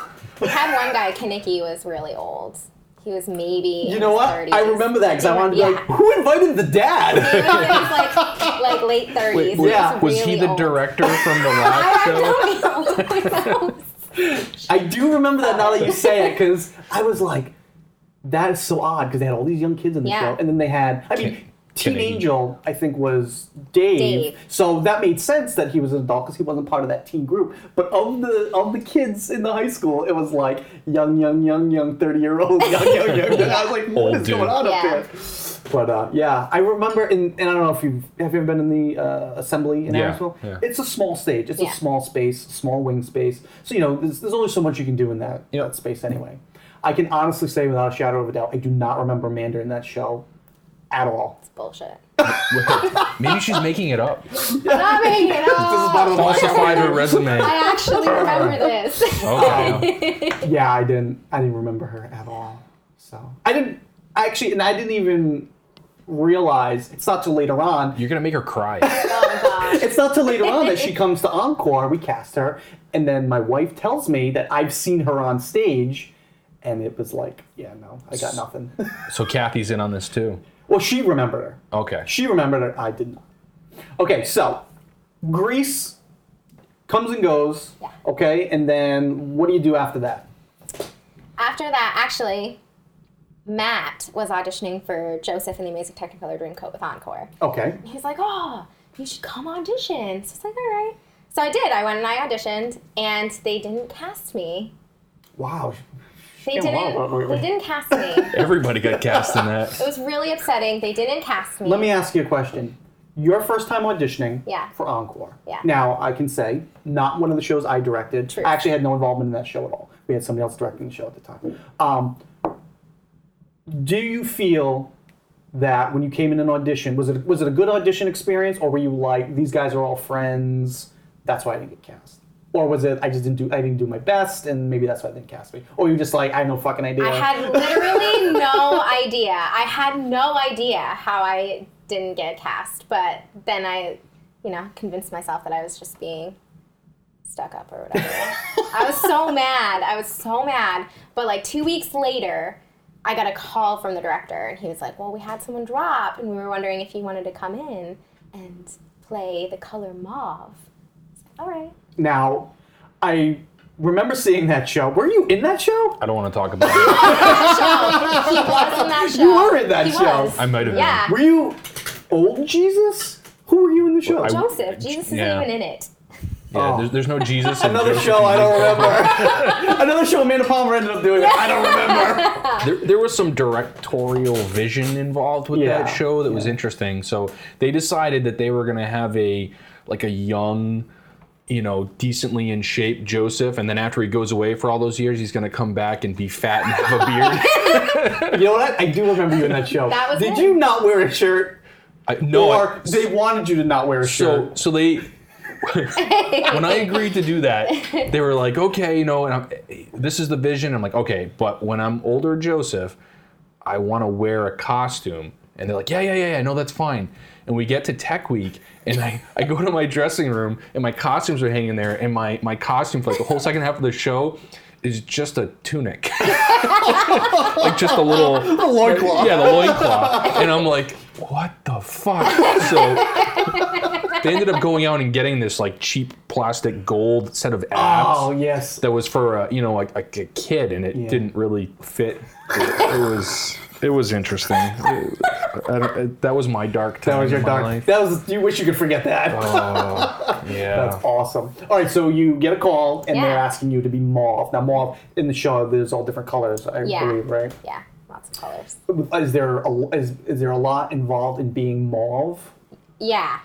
[SPEAKER 3] We had one guy, Kanicki, was really old. He was maybe
[SPEAKER 1] You know what? I remember that because I wanted to be like,
[SPEAKER 3] yeah.
[SPEAKER 1] who invited the dad?
[SPEAKER 3] *laughs* He was like, like late thirties.
[SPEAKER 1] Wait, yeah.
[SPEAKER 2] Was he the
[SPEAKER 3] *laughs*
[SPEAKER 2] director from the live show? *laughs*
[SPEAKER 3] director?
[SPEAKER 1] I do remember that now that you say it because I was like, that is so odd because they had all these young kids in the
[SPEAKER 3] Yeah.
[SPEAKER 1] show. And then they had, I mean,
[SPEAKER 2] Can-
[SPEAKER 1] Teen
[SPEAKER 2] can he-
[SPEAKER 1] Angel, I think, was Dave,
[SPEAKER 3] Dave.
[SPEAKER 1] So that made sense that he was an adult because he wasn't part of that teen group. But of the of the kids in the high school, it was like young, young, young, young, 30 year old, young, young, young. young. I was like, what is
[SPEAKER 2] Old dude.
[SPEAKER 1] going on up
[SPEAKER 3] Yeah.
[SPEAKER 1] there? But uh, yeah, I remember, in, and I don't know if you've have you ever been in the uh, assembly in
[SPEAKER 2] Yeah,
[SPEAKER 1] Asheville.
[SPEAKER 2] yeah.
[SPEAKER 1] It's a small stage. It's
[SPEAKER 3] Yeah.
[SPEAKER 1] a small space, small wing space. So you know, there's, there's only so much you can do in that
[SPEAKER 2] Yeah.
[SPEAKER 1] that space anyway. I can honestly say, without a shadow of a doubt, I do not remember Amanda in that show at all.
[SPEAKER 3] Bullshit.
[SPEAKER 2] Maybe she's making it up.
[SPEAKER 3] Not making it
[SPEAKER 1] part of
[SPEAKER 3] up.
[SPEAKER 1] the-
[SPEAKER 2] Falsified her resume. Oh,
[SPEAKER 3] I
[SPEAKER 2] *laughs*
[SPEAKER 3] actually remember this.
[SPEAKER 2] Okay.
[SPEAKER 1] Yeah, I didn't. I didn't remember her at all. So I didn't actually, and I didn't even realize. It's not till later on.
[SPEAKER 2] You're gonna make her cry.
[SPEAKER 3] Oh gosh.
[SPEAKER 1] It's not till later on that *laughs* she comes to Encore. We cast her, and then my wife tells me that I've seen her on stage, and it was like, yeah, no, I got nothing. *laughs*
[SPEAKER 2] So Kathy's in on this too.
[SPEAKER 1] well, she remembered her.
[SPEAKER 2] Okay.
[SPEAKER 1] She remembered her. I did not. Okay, so Greece comes and goes.
[SPEAKER 3] Yeah.
[SPEAKER 1] Okay, and then what do you do after that?
[SPEAKER 3] After that, actually, Matt was auditioning for Joseph in the Amazing Technicolor Dreamcoat with Encore.
[SPEAKER 1] Okay.
[SPEAKER 3] He's like, oh, you should come audition. So I was like, all right. So I did. I went and I auditioned, and they didn't cast me.
[SPEAKER 1] Wow.
[SPEAKER 3] They
[SPEAKER 1] Yeah, wow,
[SPEAKER 3] didn't.
[SPEAKER 1] wow, wow, wow.
[SPEAKER 3] They didn't
[SPEAKER 1] *laughs*
[SPEAKER 3] cast me.
[SPEAKER 2] Everybody got cast in
[SPEAKER 3] It
[SPEAKER 2] that.
[SPEAKER 3] was really upsetting. They didn't cast me.
[SPEAKER 1] Let me ask you a question. Your first time auditioning
[SPEAKER 3] Yeah.
[SPEAKER 1] for Encore.
[SPEAKER 3] Yeah.
[SPEAKER 1] Now, I can say, not one of the shows I directed.
[SPEAKER 3] True.
[SPEAKER 1] I actually had no involvement in that show at all. We had somebody else directing the show at the time. Um, do you feel that when you came in an audition, was it was it a good audition experience, or were you like these guys are all friends, that's why I didn't get cast, or was it I just didn't do I didn't do my best, and maybe that's why they didn't cast me, or you just like I have no fucking idea.
[SPEAKER 3] I had literally no idea. I had no idea how I didn't get cast, but then I, you know, convinced myself that I was just being stuck up or whatever. I was
[SPEAKER 1] *laughs*
[SPEAKER 3] so mad. I was so mad. But like two weeks later, I got a call from the director, and he was like, "Well, we had someone drop, and we were wondering if you wanted to come in and play the color mauve." I was like,
[SPEAKER 1] *laughs*
[SPEAKER 3] All right.
[SPEAKER 1] Now, I remember seeing that show. Were you in that show?
[SPEAKER 2] I don't want to talk about it.
[SPEAKER 3] show. He was in that show.
[SPEAKER 1] You were in that
[SPEAKER 3] He
[SPEAKER 1] show.
[SPEAKER 3] was.
[SPEAKER 2] I might have been.
[SPEAKER 3] Yeah.
[SPEAKER 1] Were you old Jesus? Who were you in the show?
[SPEAKER 2] I-
[SPEAKER 3] Joseph. Jesus isn't
[SPEAKER 2] Yeah.
[SPEAKER 3] even in it.
[SPEAKER 2] Yeah,
[SPEAKER 1] Oh.
[SPEAKER 2] there's, there's no Jesus. in
[SPEAKER 1] Another
[SPEAKER 2] Joseph
[SPEAKER 1] show I don't
[SPEAKER 2] Smith.
[SPEAKER 1] remember. *laughs* Another show Amanda Palmer ended up doing. I don't
[SPEAKER 2] *laughs*
[SPEAKER 1] remember.
[SPEAKER 2] There, there was some directorial vision involved with
[SPEAKER 1] Yeah.
[SPEAKER 2] that show that was interesting. So they decided that they were going to have a like a young, you know, decently in shape Joseph, and then after he goes away for all those years, he's going to come back and be fat and have
[SPEAKER 1] *laughs*
[SPEAKER 2] a beard.
[SPEAKER 1] You know what? I do remember you in that show.
[SPEAKER 3] That was
[SPEAKER 1] Did
[SPEAKER 3] it.
[SPEAKER 1] you not wear a shirt?
[SPEAKER 2] I, no, I-
[SPEAKER 1] or they wanted you to not wear a
[SPEAKER 2] So
[SPEAKER 1] shirt.
[SPEAKER 2] so they *laughs* when I agreed to do that, they were like, okay, you know, and I'm, this is the vision. I'm like, okay, but when I'm older, Joseph, I want to wear a costume, and they're like, yeah, yeah, yeah, yeah, no, that's fine. And we get to Tech Week, and I, I go to my dressing room, and my costumes are hanging there, and my my costume for like the whole second half of the show is just a tunic, *laughs* like just a little
[SPEAKER 1] The loincloth.
[SPEAKER 2] yeah, the loincloth. And I'm like, what the fuck? So they ended up going out and getting this like cheap plastic gold set of abs
[SPEAKER 1] Oh yes.
[SPEAKER 2] that was for a, you know like a, a kid, and it didn't really fit. It, it was it was interesting. It- I don't- it- that was my dark time.
[SPEAKER 1] that was your
[SPEAKER 2] in my
[SPEAKER 1] dark. *laughs*
[SPEAKER 2] life. Oh,
[SPEAKER 1] That was. You wish you could forget that. *laughs*
[SPEAKER 2] yeah.
[SPEAKER 1] That's awesome. All right, so you get a call and they're
[SPEAKER 3] Yeah.
[SPEAKER 1] asking you to be mauve. Now, mauve in the show, there's all different colors, I
[SPEAKER 3] Yeah.
[SPEAKER 1] believe, right?
[SPEAKER 3] Yeah. Lots of colors.
[SPEAKER 1] Is there a, is, is there a lot involved in being mauve?
[SPEAKER 3] Yeah.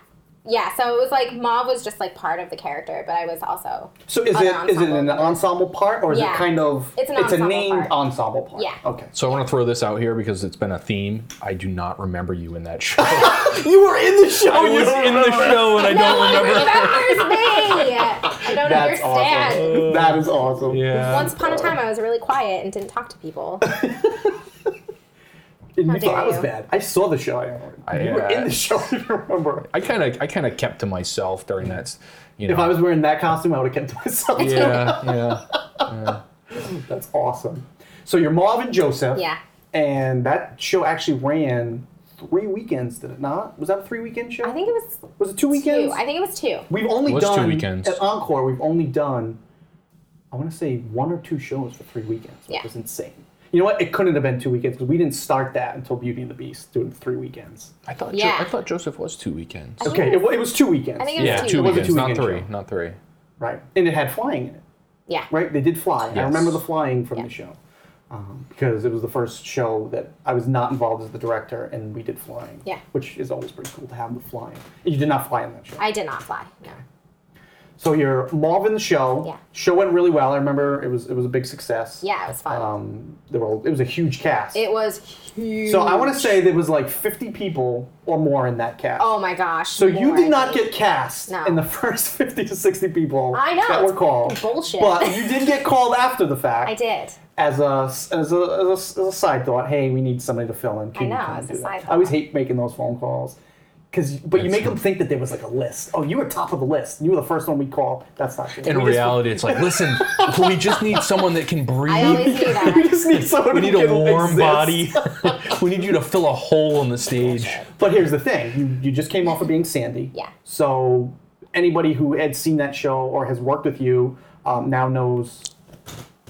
[SPEAKER 3] Yeah. So it was like Mauve was just like part of the character, but I was also
[SPEAKER 1] So is
[SPEAKER 3] An
[SPEAKER 1] it is it
[SPEAKER 3] ensemble.
[SPEAKER 1] an ensemble part or is it
[SPEAKER 3] Yeah.
[SPEAKER 1] kind of
[SPEAKER 3] It's an
[SPEAKER 1] a
[SPEAKER 3] ensemble
[SPEAKER 1] named
[SPEAKER 3] part.
[SPEAKER 1] ensemble part?
[SPEAKER 3] Yeah.
[SPEAKER 1] Okay.
[SPEAKER 2] So I want to throw this out here because it's been a theme. I do not remember you in
[SPEAKER 1] *laughs*
[SPEAKER 2] that show.
[SPEAKER 1] Oh, You were in the show.
[SPEAKER 2] I was in the show and I
[SPEAKER 3] No
[SPEAKER 2] don't
[SPEAKER 3] one remembers me.
[SPEAKER 2] remember.
[SPEAKER 3] I don't
[SPEAKER 1] That's
[SPEAKER 3] understand.
[SPEAKER 1] awesome. That is awesome.
[SPEAKER 2] Yeah.
[SPEAKER 3] Once upon a time, I was really quiet and didn't talk to people.
[SPEAKER 1] And you
[SPEAKER 3] dare
[SPEAKER 1] thought I was
[SPEAKER 3] you.
[SPEAKER 1] bad. I saw the show. I remember.
[SPEAKER 2] I-
[SPEAKER 1] you were
[SPEAKER 2] I-
[SPEAKER 1] in the show. *laughs* If you remember.
[SPEAKER 2] I kind of I kind of kept to myself during that. s- You know.
[SPEAKER 1] If I was wearing that costume, I would have kept *laughs* myself.
[SPEAKER 2] *laughs* yeah, yeah.
[SPEAKER 1] That's awesome. So you're Marvin Joseph.
[SPEAKER 3] Yeah.
[SPEAKER 1] And that show actually ran three weekends, did it not? Was that a three weekend show?
[SPEAKER 3] I think it was
[SPEAKER 1] was it two
[SPEAKER 3] two.
[SPEAKER 1] weekends?
[SPEAKER 3] I think it was two.
[SPEAKER 1] We've only
[SPEAKER 2] It was two
[SPEAKER 1] done
[SPEAKER 2] weekends.
[SPEAKER 1] at Encore. We've only done, I want to say one or two shows for three weekends. Which
[SPEAKER 3] Yeah.
[SPEAKER 1] was insane. You know what? It couldn't have been two weekends because we didn't start that until Beauty and the Beast, doing three weekends.
[SPEAKER 2] I thought
[SPEAKER 3] Yeah.
[SPEAKER 2] jo- I thought Joseph was two weekends.
[SPEAKER 3] think
[SPEAKER 1] Okay,
[SPEAKER 3] it
[SPEAKER 1] it, wa- it was two weekends.
[SPEAKER 3] I think it was
[SPEAKER 2] Yeah,
[SPEAKER 3] two.
[SPEAKER 2] two
[SPEAKER 3] It was a
[SPEAKER 2] weekends, not
[SPEAKER 1] two-weekend
[SPEAKER 2] three,
[SPEAKER 1] show.
[SPEAKER 2] not three.
[SPEAKER 1] right, and it had flying in it.
[SPEAKER 3] Yeah.
[SPEAKER 1] Right, they did fly. I
[SPEAKER 2] Yes.
[SPEAKER 1] remember the flying from
[SPEAKER 3] Yeah.
[SPEAKER 1] the show um, because it was the first show that I was not involved as the director, and we did flying.
[SPEAKER 3] Yeah.
[SPEAKER 1] which is always pretty cool to have the flying. You did not fly in that show.
[SPEAKER 3] I did not fly. No.
[SPEAKER 1] So you're Marvin the show.
[SPEAKER 3] Yeah.
[SPEAKER 1] Show went really well. I remember it was it was a big success.
[SPEAKER 3] Yeah, it was fun.
[SPEAKER 1] Um, there were it was a huge cast.
[SPEAKER 3] it was huge.
[SPEAKER 1] so I want to say there was like 50 people or more in that cast.
[SPEAKER 3] Oh my gosh.
[SPEAKER 1] So you
[SPEAKER 3] more,
[SPEAKER 1] did
[SPEAKER 3] I
[SPEAKER 1] not
[SPEAKER 3] think.
[SPEAKER 1] get cast
[SPEAKER 3] No.
[SPEAKER 1] in the *laughs* first 50 to 60 people
[SPEAKER 3] I know,
[SPEAKER 1] that
[SPEAKER 3] it's
[SPEAKER 1] were called.
[SPEAKER 3] bullshit.
[SPEAKER 1] But you did get called after the fact.
[SPEAKER 3] *laughs* I did.
[SPEAKER 1] As a, as, a, as, a, as a side thought, hey, we need somebody to fill in. Can you
[SPEAKER 3] know,
[SPEAKER 1] come
[SPEAKER 3] as
[SPEAKER 1] do
[SPEAKER 3] a
[SPEAKER 1] that?
[SPEAKER 3] side
[SPEAKER 1] I always
[SPEAKER 3] thought.
[SPEAKER 1] hate making those phone calls. Cause, but you
[SPEAKER 2] That's
[SPEAKER 1] make them
[SPEAKER 2] true.
[SPEAKER 1] think that there was like a list. Oh, you were top of the list. You were the first one we called. That's not true.
[SPEAKER 2] In
[SPEAKER 1] We just-
[SPEAKER 2] reality, it's like, listen, we just need someone that can breathe.
[SPEAKER 3] I always
[SPEAKER 1] *laughs*
[SPEAKER 3] do
[SPEAKER 1] we
[SPEAKER 3] that.
[SPEAKER 1] just need someone
[SPEAKER 2] we
[SPEAKER 1] who
[SPEAKER 2] need a
[SPEAKER 1] can
[SPEAKER 2] warm
[SPEAKER 1] exist.
[SPEAKER 2] *laughs* body. we need you to fill a hole in the stage.
[SPEAKER 1] But here's the thing: you, you just came off of being Sandy.
[SPEAKER 3] Yeah.
[SPEAKER 1] So anybody who had seen that show or has worked with you um, now knows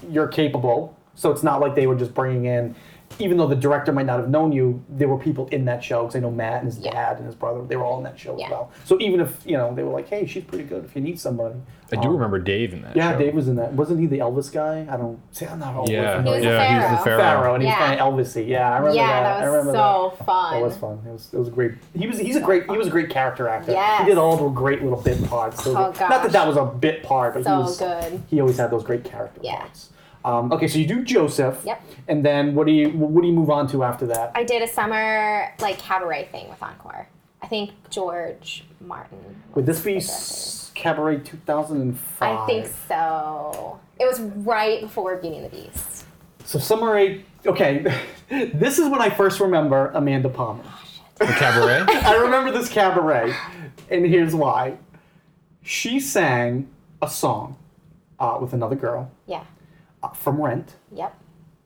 [SPEAKER 1] you're capable. So it's not like they were just bringing in, even though the director might not have known you, there were people in that show because I know Matt and his
[SPEAKER 3] Yeah.
[SPEAKER 1] dad and his brother. They were all in that show
[SPEAKER 3] Yeah.
[SPEAKER 1] as well. So even if you know they were like, "Hey, she's pretty good. If you need somebody." Um,
[SPEAKER 2] I do remember Dave in that.
[SPEAKER 1] Yeah,
[SPEAKER 2] show.
[SPEAKER 1] Dave was in that. Wasn't he the Elvis guy? I don't. See, I'm not all
[SPEAKER 2] Yeah,
[SPEAKER 3] He was
[SPEAKER 1] familiar.
[SPEAKER 3] a
[SPEAKER 2] yeah, he's the
[SPEAKER 3] pharaoh.
[SPEAKER 2] pharaoh.
[SPEAKER 1] Pharaoh, and he
[SPEAKER 3] Yeah.
[SPEAKER 1] was kind of Elvisy. Yeah, I remember
[SPEAKER 3] Yeah,
[SPEAKER 1] that.
[SPEAKER 3] that
[SPEAKER 1] I
[SPEAKER 3] was
[SPEAKER 1] remember that.
[SPEAKER 3] so fun.
[SPEAKER 1] That was fun. It was, it was a great. He was he's a great he was a great character actor.
[SPEAKER 3] Yes.
[SPEAKER 1] He did all the great little bit parts. Those
[SPEAKER 3] Oh,
[SPEAKER 1] were- Not that
[SPEAKER 3] gosh.
[SPEAKER 1] that was a bit part, but
[SPEAKER 3] So
[SPEAKER 1] he was
[SPEAKER 3] good.
[SPEAKER 1] He always had those great character
[SPEAKER 3] Yeah.
[SPEAKER 1] parts. Um, okay, so you do Joseph.
[SPEAKER 3] Yep.
[SPEAKER 1] And then what do you what do you move on to after that?
[SPEAKER 3] I did a summer like cabaret thing with Encore. I think George Martin.
[SPEAKER 1] Would this be
[SPEAKER 3] was the
[SPEAKER 1] s- Cabaret 2005?
[SPEAKER 3] director. I think so. It was right before Beauty and the Beast.
[SPEAKER 1] so. Summary. Okay, *laughs* this is when I first remember Amanda Palmer.
[SPEAKER 2] The cabaret.
[SPEAKER 1] I remember this cabaret, and here's why. She sang a song uh, with another girl
[SPEAKER 3] Yeah.
[SPEAKER 1] uh, from Rent.
[SPEAKER 3] Yep.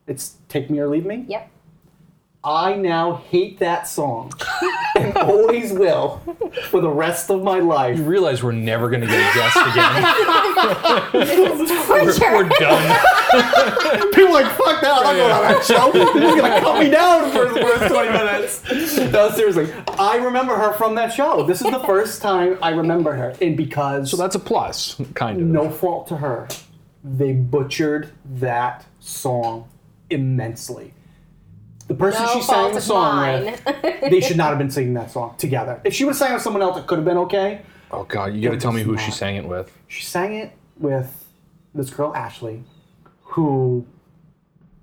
[SPEAKER 1] It's Take Me or Leave Me.
[SPEAKER 3] Yep. *laughs*
[SPEAKER 1] I now hate that song *laughs* and always will for the rest of my life.
[SPEAKER 2] you *laughs* realize we're never going to get
[SPEAKER 3] *laughs*
[SPEAKER 2] a guest again.
[SPEAKER 3] Torture.
[SPEAKER 2] we're done.
[SPEAKER 1] People are like, fuck that, I'm not going on that show. They're gonna cut me down for
[SPEAKER 2] *laughs*
[SPEAKER 1] the first 20 minutes. No, seriously. I remember her from that show. This is the first time I remember her. And because
[SPEAKER 2] So that's a plus, kind of.
[SPEAKER 1] no fault to her. They butchered that song immensely. The person
[SPEAKER 3] No
[SPEAKER 1] she
[SPEAKER 3] fault
[SPEAKER 1] sang the
[SPEAKER 3] of
[SPEAKER 1] song
[SPEAKER 3] mine.
[SPEAKER 1] with,
[SPEAKER 3] *laughs*
[SPEAKER 1] they should not have been singing that song together. If she would have sang with someone else, it could have been okay.
[SPEAKER 2] Oh God, you got to tell me who she
[SPEAKER 1] not.
[SPEAKER 2] sang it with.
[SPEAKER 1] She sang it with this girl, Ashley, who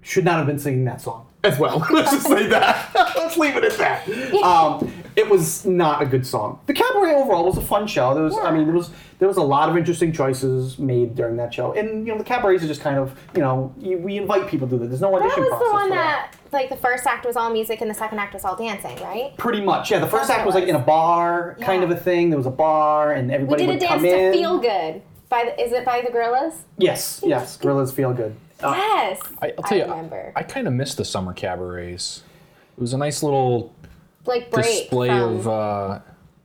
[SPEAKER 1] should not have been singing that song as well. *laughs* Let's just say that. *laughs* Let's leave it at that. Um, it was not a good song. The cabaret overall was a fun show. There was, I mean, there was there was a lot of interesting choices made during that show, and you know, the cabarets are just kind of, you know, you, we invite people to do that. There's no
[SPEAKER 3] That
[SPEAKER 1] audition
[SPEAKER 3] was
[SPEAKER 1] process.
[SPEAKER 3] the one
[SPEAKER 1] for
[SPEAKER 3] that like the first act was all music and the second act was all dancing, right?
[SPEAKER 1] Pretty much, yeah. The first act
[SPEAKER 3] That's what
[SPEAKER 1] was
[SPEAKER 3] it
[SPEAKER 1] like in a
[SPEAKER 3] was.
[SPEAKER 1] bar, kind
[SPEAKER 3] Yeah.
[SPEAKER 1] of a thing. There was a bar, and
[SPEAKER 3] We
[SPEAKER 1] everybody
[SPEAKER 3] did a
[SPEAKER 1] would
[SPEAKER 3] dance
[SPEAKER 1] come
[SPEAKER 3] to
[SPEAKER 1] in.
[SPEAKER 3] feel good. By the, is it by the Gorillas?
[SPEAKER 1] Yes, yes. Gorillas feel good. Uh,
[SPEAKER 3] Yes.
[SPEAKER 2] I, I'll tell you,
[SPEAKER 3] remember.
[SPEAKER 2] I, kind of miss the summer cabarets. It was a nice little
[SPEAKER 3] like break
[SPEAKER 2] display
[SPEAKER 3] from,
[SPEAKER 2] of. Uh,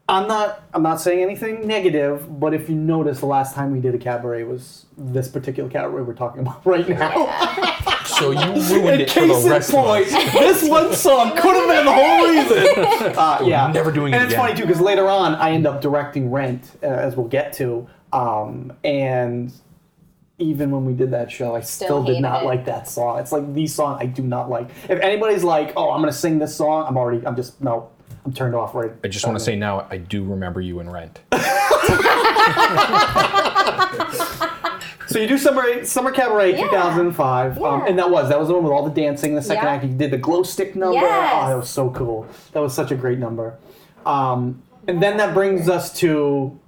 [SPEAKER 1] I'm not. I'm not saying anything negative, but if you notice, the last time we did a cabaret was this particular cabaret we're talking about *laughs* right now.
[SPEAKER 2] so you ruined it for
[SPEAKER 1] Case
[SPEAKER 2] the
[SPEAKER 1] in
[SPEAKER 2] rest
[SPEAKER 1] point,
[SPEAKER 2] of us.
[SPEAKER 1] this one song could have been the whole reason. Uh, yeah,
[SPEAKER 2] never doing it
[SPEAKER 1] And it's
[SPEAKER 2] again.
[SPEAKER 1] funny too, because later on, I end up directing Rent, uh, as we'll get to, um, and. Even when we did that show, I still, did
[SPEAKER 3] hated
[SPEAKER 1] not
[SPEAKER 3] it.
[SPEAKER 1] like that song. It's like the song I do not like. If anybody's like, "Oh, I'm gonna sing this song," I'm already, I'm just no, I'm turned off right.
[SPEAKER 2] I just want to say now, I do remember you in Rent.
[SPEAKER 1] So you do summer summer cabaret 2005, um,
[SPEAKER 3] Yeah.
[SPEAKER 1] and that was that was the one with all the dancing. The second
[SPEAKER 3] Yeah.
[SPEAKER 1] act, you did the glow stick number. Oh,
[SPEAKER 3] Yes.
[SPEAKER 1] that was so cool. That was such a great number. Um, and then that brings us to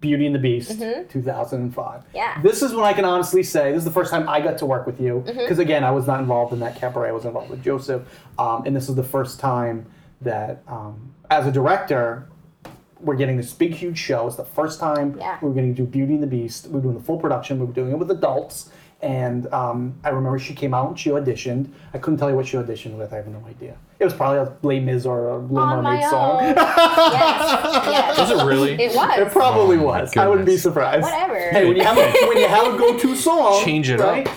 [SPEAKER 1] Beauty and the Beast, 2005.
[SPEAKER 3] Mm-hmm. Yeah.
[SPEAKER 1] This is when I can honestly say this is the first time I got to work with you
[SPEAKER 3] Mm-hmm.
[SPEAKER 1] because again I was not involved in that cabaret. I was involved with Joseph, um, and this is the first time that um, as a director we're getting this big huge show. It's the first time
[SPEAKER 3] Yeah.
[SPEAKER 1] we were getting to do Beauty and the Beast. We were doing the full production. We were doing it with adults. And um, I remember she came out and she auditioned. I couldn't tell you what she auditioned with. I have no idea. It was probably a Les Mis or a
[SPEAKER 2] uh,
[SPEAKER 1] Little
[SPEAKER 3] On
[SPEAKER 1] Mermaid
[SPEAKER 3] my
[SPEAKER 1] song. *laughs*
[SPEAKER 3] own. yes. yes.
[SPEAKER 2] Is it really?
[SPEAKER 3] It was.
[SPEAKER 1] It probably
[SPEAKER 2] Oh, my
[SPEAKER 1] was. I wouldn't be
[SPEAKER 2] goodness.
[SPEAKER 1] surprised.
[SPEAKER 3] Whatever.
[SPEAKER 1] Hey, when you
[SPEAKER 3] *laughs*
[SPEAKER 1] have a, when you have a go-to song,
[SPEAKER 2] Change it up.
[SPEAKER 1] right?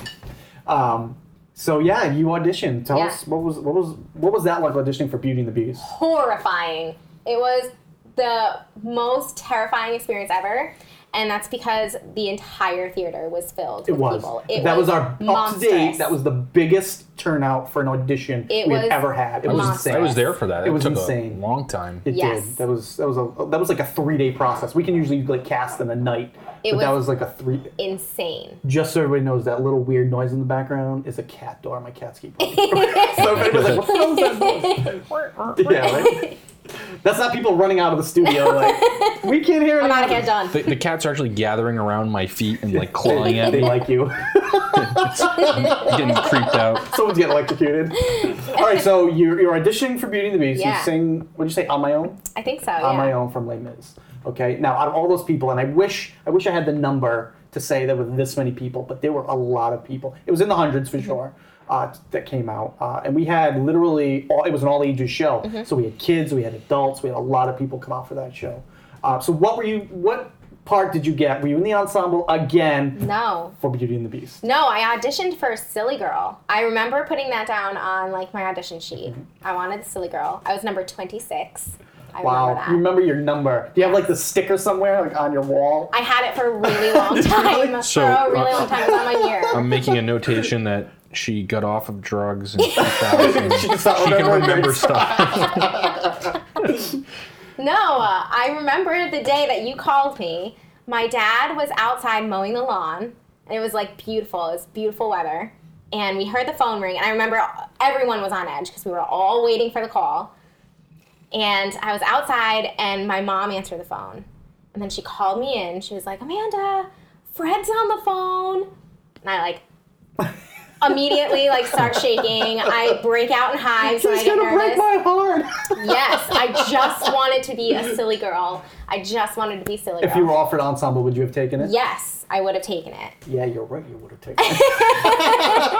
[SPEAKER 1] Um, so yeah, you auditioned. Tell
[SPEAKER 3] Yeah.
[SPEAKER 1] us what was what was what was that like auditioning for Beauty and the Beast?
[SPEAKER 3] horrifying. It was the most terrifying experience ever. And that's because the entire theater was filled
[SPEAKER 1] It
[SPEAKER 3] with
[SPEAKER 1] was.
[SPEAKER 3] people. It
[SPEAKER 1] that was, our up to date.
[SPEAKER 3] monstrous.
[SPEAKER 1] That was the biggest turnout for an audition
[SPEAKER 3] It
[SPEAKER 1] we had
[SPEAKER 3] was
[SPEAKER 1] ever had. It was
[SPEAKER 3] monstrous.
[SPEAKER 1] insane.
[SPEAKER 2] I was there for that.
[SPEAKER 1] It was
[SPEAKER 2] took
[SPEAKER 1] insane.
[SPEAKER 2] a long time.
[SPEAKER 1] It
[SPEAKER 3] Yes.
[SPEAKER 1] did. That was that was a that was like a three day process. We can usually like cast in a night,
[SPEAKER 3] It
[SPEAKER 1] but that was
[SPEAKER 3] was-
[SPEAKER 1] like a three.
[SPEAKER 3] insane.
[SPEAKER 1] Just so everybody knows, that little weird noise in the background is a cat door. My cats keep.
[SPEAKER 3] *laughs*
[SPEAKER 1] running. so if anybody's like, "What the hell is that noise?"
[SPEAKER 3] *laughs*
[SPEAKER 1] Yeah, right? That's not people running out of the studio like we can't hear
[SPEAKER 3] I'm out of
[SPEAKER 1] anything."
[SPEAKER 3] here, John.
[SPEAKER 2] The, the cats are actually gathering around my feet and
[SPEAKER 1] *laughs*
[SPEAKER 2] like clawing
[SPEAKER 1] They,
[SPEAKER 2] at
[SPEAKER 1] they
[SPEAKER 2] *laughs* me,
[SPEAKER 1] like you.
[SPEAKER 2] getting creeped out.
[SPEAKER 1] Someone's getting electrocuted. All right, so you're, you're auditioning for Beauty and the Beast.
[SPEAKER 3] Yeah.
[SPEAKER 1] You sing. What did you say? On my own.
[SPEAKER 3] I think so.
[SPEAKER 1] On
[SPEAKER 3] yeah.
[SPEAKER 1] my own from Les Mis. Okay. Now, out of all those people, and I wish I wish I had the number to say there were this many people, but there were a lot of people. It was in the hundreds
[SPEAKER 3] Mm-hmm.
[SPEAKER 1] for sure. Uh, that came out, uh, and we had literally all, it was an all ages show.
[SPEAKER 3] Mm-hmm.
[SPEAKER 1] So we had kids, we had adults, we had a lot of people come out for that show. Uh, so what were you? What part did you get? Were you in the ensemble again
[SPEAKER 3] No.
[SPEAKER 1] for Beauty and the Beast?
[SPEAKER 3] No, I auditioned for Silly Girl. I remember putting that down on like my audition sheet. I wanted Silly Girl. I was number 26. I
[SPEAKER 1] Wow,
[SPEAKER 3] remember that.
[SPEAKER 1] you remember your number? Do you have like the sticker somewhere, like on your wall?
[SPEAKER 3] I had it for a
[SPEAKER 1] *laughs*
[SPEAKER 3] really long time.
[SPEAKER 2] So,
[SPEAKER 3] for a really
[SPEAKER 2] uh,
[SPEAKER 3] long time. It was on my year.
[SPEAKER 2] I'm making a notation that she got off of drugs and freaked out and
[SPEAKER 1] *laughs* She just not
[SPEAKER 2] she can
[SPEAKER 1] remembering
[SPEAKER 2] remember
[SPEAKER 1] names.
[SPEAKER 2] stuff. *laughs*
[SPEAKER 3] No, uh, I remember the day that you called me. My dad was outside mowing the lawn, and it was like beautiful. It was beautiful weather. And we heard the phone ring, and I remember everyone was on edge because we were all waiting for the call. And I was outside, and my mom answered the phone. And then she called me in. She was like, Amanda, Fred's on the phone. And
[SPEAKER 1] *laughs*
[SPEAKER 3] I like immediately like start shaking. I break out in hives. when I
[SPEAKER 1] She's
[SPEAKER 3] get
[SPEAKER 1] gonna break my
[SPEAKER 3] nervous.
[SPEAKER 1] heart.
[SPEAKER 3] *laughs* Yes, I just wanted to be a silly girl. I just wanted to be silly girl.
[SPEAKER 1] If you were offered ensemble, would you have taken it?
[SPEAKER 3] yes, I would have taken it.
[SPEAKER 1] Yeah, you're right. You would have
[SPEAKER 3] *laughs*
[SPEAKER 1] taken it.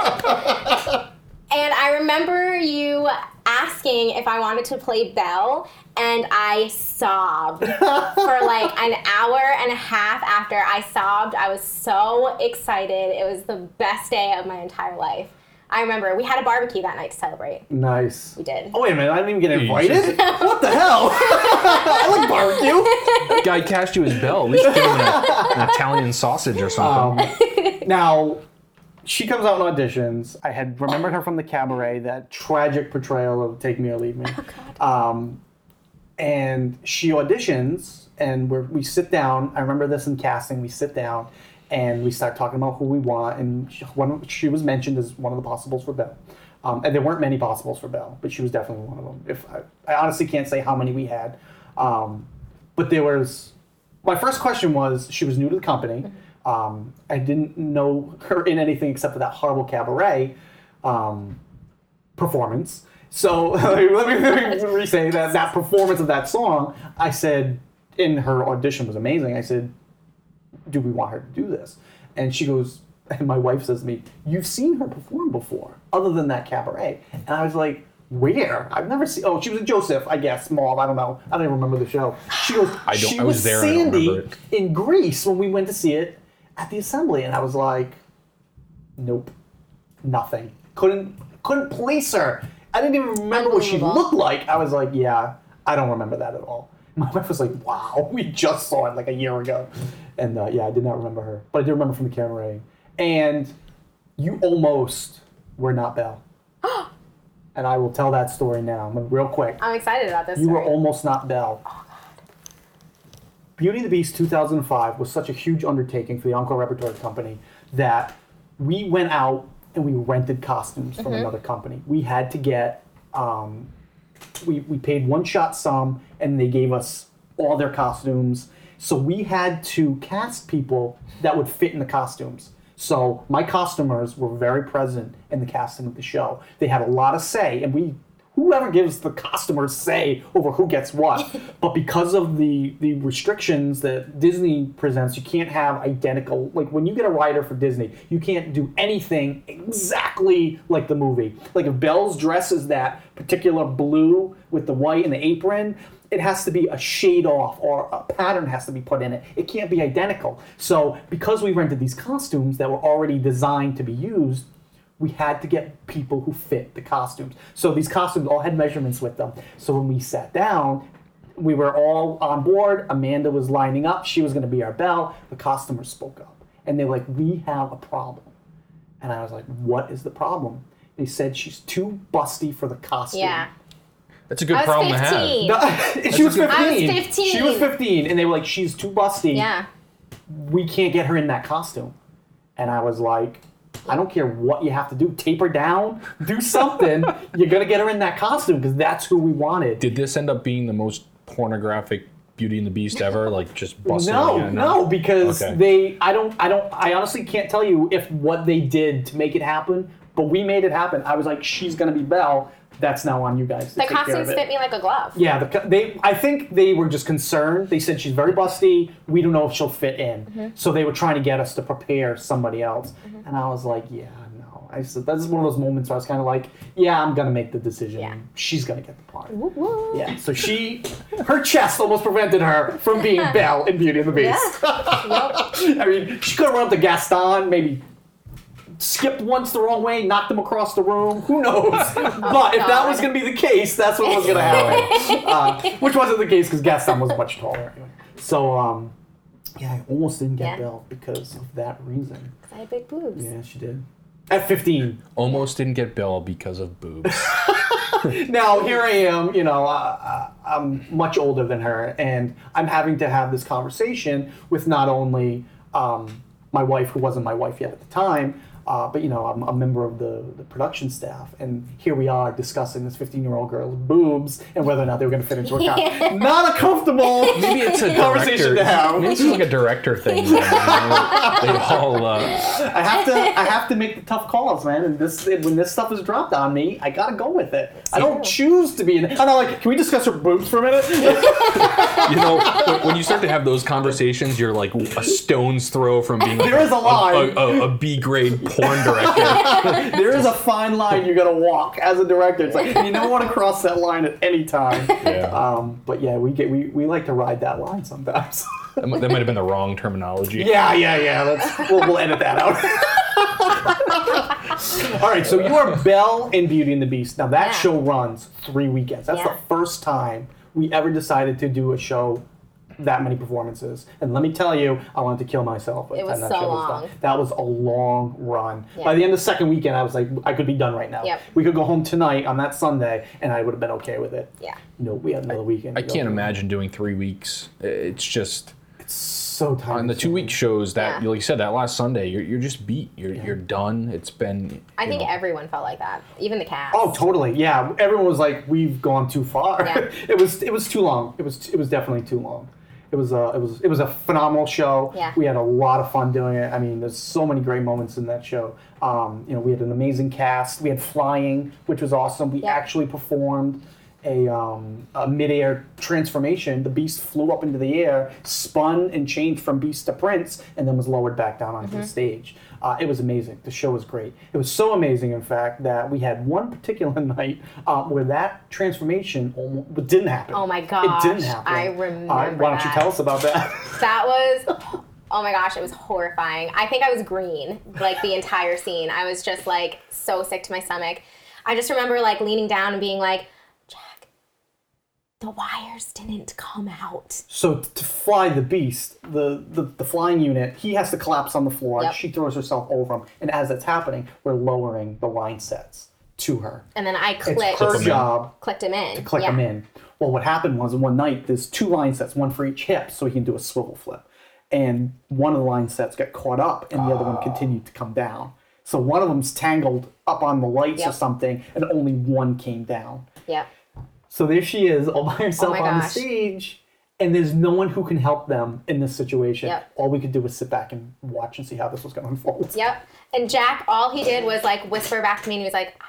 [SPEAKER 3] And I remember you asking if I wanted to play Belle, and I sobbed for like an hour and a half after I sobbed. I was so excited. It was the best day of my entire life. I remember we had a barbecue that night to celebrate.
[SPEAKER 1] nice.
[SPEAKER 3] We did.
[SPEAKER 1] Oh wait a minute! I didn't even get
[SPEAKER 2] Jesus.
[SPEAKER 1] invited. what the hell? *laughs* I like barbecue.
[SPEAKER 2] Guy cashed you his bell. At least give him a- an Italian sausage
[SPEAKER 1] Oh,
[SPEAKER 2] or something.
[SPEAKER 1] Um,
[SPEAKER 2] *laughs*
[SPEAKER 1] Now, she comes out in auditions. I had remembered her from the cabaret, that tragic portrayal of "Take Me or Leave Me." Um, and she auditions, and we're, we sit down. I remember this in casting. We sit down, and we start talking about who we want. And she, one, she was mentioned as one of the possibles for Belle. Um, and there weren't many possibles for Belle, but she was definitely one of them. If I, I honestly can't say how many we had, um, but there was. My first question was: she was new to the company. Um, I didn't know her in anything except for that horrible cabaret. Um, performance. So *laughs* let me, let me re-say that that performance of that song, I said in her audition was amazing. I said, "Do we want her to do this?" And she goes, *laughs* and my wife says to me, "You've seen her perform before, other than that cabaret." And I was like, "Where? I've never seen." Oh, she was in Joseph, I guess. Mauve. I don't know. I don't even remember the show. She goes,
[SPEAKER 2] I don't-
[SPEAKER 1] she
[SPEAKER 2] I was there, I don't
[SPEAKER 1] Sandy
[SPEAKER 2] remember it."
[SPEAKER 1] in Greece when we went to see it at the assembly, and I was like, "Nope." nothing. Couldn't couldn't place her. I didn't even remember what she
[SPEAKER 3] Unbelievable.
[SPEAKER 1] looked like. I was like, yeah, I don't remember that at all. *laughs* My wife was like, wow, *laughs* we just saw it like a year ago, and uh, yeah, I did not remember her, but I do remember from the camera. And you almost were not Belle, and I will tell that story now, I'm gonna- real quick.
[SPEAKER 3] I'm excited about this.
[SPEAKER 1] You were
[SPEAKER 3] story.
[SPEAKER 1] almost not Belle. Beauty and the Beast 2005 was such a huge undertaking for the Encore Repertory Company that we went out and we rented costumes from another company. We had to get, um, we, we paid one shot sum and they gave us all their costumes. So we had to cast people that would fit in the costumes. So my customers were very present in the casting of the show. They had a lot of say, and we whoever gives the customers say over who gets what. but because of the the restrictions that Disney presents, you can't have identical like when you get a writer for Disney, you can't do anything exactly like the movie. Like if Belle's dress is that particular blue with the white and the apron, it has to be a shade off or a pattern has to be put in it. It can't be identical. So because we rented these costumes that were already designed to be used, we had to get people who fit the costumes. So these costumes all had measurements with them. So when we sat down, we were all on board. Amanda was lining up. She was going to be our bell. The costumers spoke up and they were like, We have a problem. And I was like, What is the problem? They said she's too busty for the costume.
[SPEAKER 3] Yeah.
[SPEAKER 2] That's a good
[SPEAKER 3] I
[SPEAKER 2] problem
[SPEAKER 3] was
[SPEAKER 2] to have.
[SPEAKER 1] No,
[SPEAKER 3] 15.
[SPEAKER 1] *laughs* she was 15.
[SPEAKER 2] good-
[SPEAKER 3] I was 15.
[SPEAKER 1] She was 15. And they were like, She's too busty.
[SPEAKER 3] Yeah.
[SPEAKER 1] We can't get her in that costume. And I was like, I don't care what you have to do. Tape her down. Do
[SPEAKER 3] *laughs*
[SPEAKER 1] something. You're going to get her in that costume because that's who we wanted.
[SPEAKER 2] Did this end up being the most pornographic Beauty and the Beast ever? Like just busting?
[SPEAKER 1] no,
[SPEAKER 2] out?
[SPEAKER 1] no, because
[SPEAKER 2] Okay.
[SPEAKER 1] they. I don't. I don't. I honestly can't tell you if what they did to make it happen, but we made it happen. I was like, she's gonna be Belle. That's now on you guys. To
[SPEAKER 3] The
[SPEAKER 1] take care of
[SPEAKER 3] costumes
[SPEAKER 1] it.
[SPEAKER 3] fit me like a glove.
[SPEAKER 1] Yeah, the, co- they. I think they were just concerned. They said she's very busty. We don't know if she'll fit in.
[SPEAKER 3] Mm-hmm.
[SPEAKER 1] So they were trying to get us to prepare somebody else. And I was like, yeah, no. I said that's one of those moments where I was kind of like, yeah, I'm gonna make the decision.
[SPEAKER 3] Yeah.
[SPEAKER 1] She's gonna get the part.
[SPEAKER 3] Woo, woo.
[SPEAKER 1] Yeah. So she, her chest almost prevented her from
[SPEAKER 3] *laughs*
[SPEAKER 1] being Belle in Beauty and the Beast. *laughs* I mean, she could have run up to Gaston, maybe skipped once the wrong way, knocked him across the room. Who
[SPEAKER 3] *laughs*
[SPEAKER 1] knows? but if that
[SPEAKER 3] Oh, God.
[SPEAKER 1] was going to be the case, that's what was going to
[SPEAKER 3] *laughs*
[SPEAKER 1] happen. uh, which wasn't the case because Gaston was much taller. anyway. So, um, yeah, I almost didn't get
[SPEAKER 3] Yeah.
[SPEAKER 1] Belle because of that reason.
[SPEAKER 3] I had big boobs.
[SPEAKER 1] Yeah, she did. At 15.
[SPEAKER 2] Almost didn't get Bill because of boobs.
[SPEAKER 1] Now, here I am, you know, uh, I'm much older than her, and I'm having to have this conversation with not only um, my wife, who wasn't my wife yet at the time, uh, but, you know, I'm a member of the, the production staff, and here we are discussing this 15 year old girl's boobs and whether or not they were going to fit into a costume. not a comfortable.
[SPEAKER 2] *laughs* Maybe it's
[SPEAKER 1] *laughs*
[SPEAKER 2] a
[SPEAKER 1] Conversation
[SPEAKER 2] director.
[SPEAKER 1] to have.
[SPEAKER 2] Maybe it's like a director thing. you know? they all. Uh,
[SPEAKER 1] I have to I have to make the tough calls, man. And this when this stuff is dropped on me, I gotta go with it. I don't choose to be in. I'm not like, can we discuss her boobs for a minute? *laughs*
[SPEAKER 2] you know, when- when you start to have those conversations, you're like a stone's throw from being like
[SPEAKER 1] There is a line.
[SPEAKER 2] a, a, a B grade porn director.
[SPEAKER 1] There is a fine line you gotta walk as a director. It's like you don't want to cross that line at any time.
[SPEAKER 2] Yeah.
[SPEAKER 1] Um, but yeah, we get we, we like to ride that line sometimes. *laughs*
[SPEAKER 2] That mi- that might have been the wrong terminology.
[SPEAKER 1] yeah, yeah, yeah. Let's we'll, we'll edit that out. *laughs* All right, so you are Belle in Beauty and the Beast. Now that
[SPEAKER 3] Yeah.
[SPEAKER 1] show runs three weekends. That's
[SPEAKER 3] Yeah.
[SPEAKER 1] the first time we ever decided to do a show that many performances. And let me tell you, I wanted to kill myself. by the
[SPEAKER 3] It was
[SPEAKER 1] time that
[SPEAKER 3] so
[SPEAKER 1] show done.
[SPEAKER 3] long.
[SPEAKER 1] That was a long run.
[SPEAKER 3] Yeah.
[SPEAKER 1] By the end of the second weekend, I was like, I could be done right now.
[SPEAKER 3] Yep.
[SPEAKER 1] We could go home tonight on that Sunday, and I would have been okay with it.
[SPEAKER 3] Yeah.
[SPEAKER 1] No, we had another weekend.
[SPEAKER 2] I
[SPEAKER 1] to go
[SPEAKER 2] can't
[SPEAKER 1] through.
[SPEAKER 2] imagine doing three weeks. It's just
[SPEAKER 1] So tired.
[SPEAKER 2] on the two week shows that,
[SPEAKER 3] Yeah.
[SPEAKER 2] like you said, that last Sunday, you're, you're just beat. You're, you're done. It's been.
[SPEAKER 3] I
[SPEAKER 2] you
[SPEAKER 3] think
[SPEAKER 2] know,
[SPEAKER 3] everyone felt like that, even the cast.
[SPEAKER 1] Oh, totally. Yeah, everyone was like, "We've gone too far."
[SPEAKER 3] Yeah.
[SPEAKER 1] *laughs* it was it was too long. It was it was definitely too long. It was a it was it was a phenomenal show.
[SPEAKER 3] Yeah.
[SPEAKER 1] We had a lot of fun doing it. I mean, there's so many great moments in that show. Um, you know, we had an amazing cast. We had flying, which was awesome. We
[SPEAKER 3] Yeah.
[SPEAKER 1] actually performed a, um, a midair transformation. The beast flew up into the air, spun, and changed from beast to prince, and then was lowered back down onto
[SPEAKER 3] Mm-hmm.
[SPEAKER 1] the stage. Uh, it was amazing. The show was great. It was so amazing, in fact, that we had one particular *laughs* night uh, where that transformation almost didn't happen.
[SPEAKER 3] Oh my
[SPEAKER 1] It didn't
[SPEAKER 3] gosh,
[SPEAKER 1] happen.
[SPEAKER 3] I
[SPEAKER 1] Uh,
[SPEAKER 3] remember
[SPEAKER 1] why don't you
[SPEAKER 3] that.
[SPEAKER 1] tell us about that? *laughs*
[SPEAKER 3] That was, oh my gosh, it was horrifying. I think I was green, like the entire scene. I was just like so sick to my stomach. I just remember like leaning down and being like, Jack, the wires didn't come out.
[SPEAKER 1] So t- to fly the beast, the, the the flying unit, he has to collapse on the floor.
[SPEAKER 3] Yep.
[SPEAKER 1] She throws herself over him, and as that's happening, we're lowering the line sets to her.
[SPEAKER 3] And then I
[SPEAKER 1] It's
[SPEAKER 3] clicked,
[SPEAKER 1] her
[SPEAKER 2] in.
[SPEAKER 1] job
[SPEAKER 3] clicked him in.
[SPEAKER 1] to click
[SPEAKER 3] yeah.
[SPEAKER 1] them in. Well, what happened was one night there's two line sets, one for each hip, so he can do a swivel flip. And one of the line sets got caught up, and the other
[SPEAKER 3] Ah.
[SPEAKER 1] one continued to come down. So one of them's tangled up on the lights or
[SPEAKER 3] Yep.
[SPEAKER 1] something, and only one came down.
[SPEAKER 3] Yep.
[SPEAKER 1] So there she is all *laughs* by herself
[SPEAKER 3] my
[SPEAKER 1] on the
[SPEAKER 3] gosh.
[SPEAKER 1] stage. and there's no one who can help them in this situation.
[SPEAKER 3] Yep.
[SPEAKER 1] All we could do was sit back and watch and see how this was going to unfold.
[SPEAKER 3] Yep. And Jack, all he did was like whisper back to me, and he was like, "I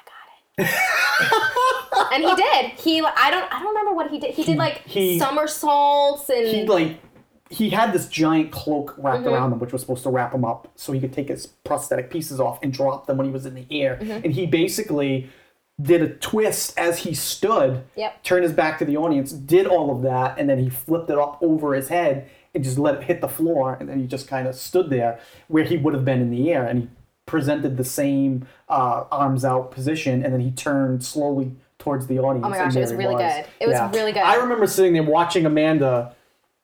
[SPEAKER 3] got it." and he did. He, I don't, I don't remember what he did. He did like
[SPEAKER 1] he-
[SPEAKER 3] somersaults and Mm-hmm.
[SPEAKER 1] He like he had this giant cloak wrapped around him, which was supposed to wrap him up so he could take his prosthetic pieces off and drop them when he was in the air.
[SPEAKER 3] Mm-hmm.
[SPEAKER 1] And he basically did a twist as he stood,
[SPEAKER 3] Yep.
[SPEAKER 1] turned his back to the audience, did all of that, and then he flipped it up over his head and just let it hit the floor. And then he just kind of stood there where he would have been in the air. And he presented the same uh, arms out position, and then he turned slowly towards the audience.
[SPEAKER 3] Oh my
[SPEAKER 1] and
[SPEAKER 3] gosh, it
[SPEAKER 1] there
[SPEAKER 3] was
[SPEAKER 1] he
[SPEAKER 3] really good. It was really good.
[SPEAKER 1] I remember sitting there watching Amanda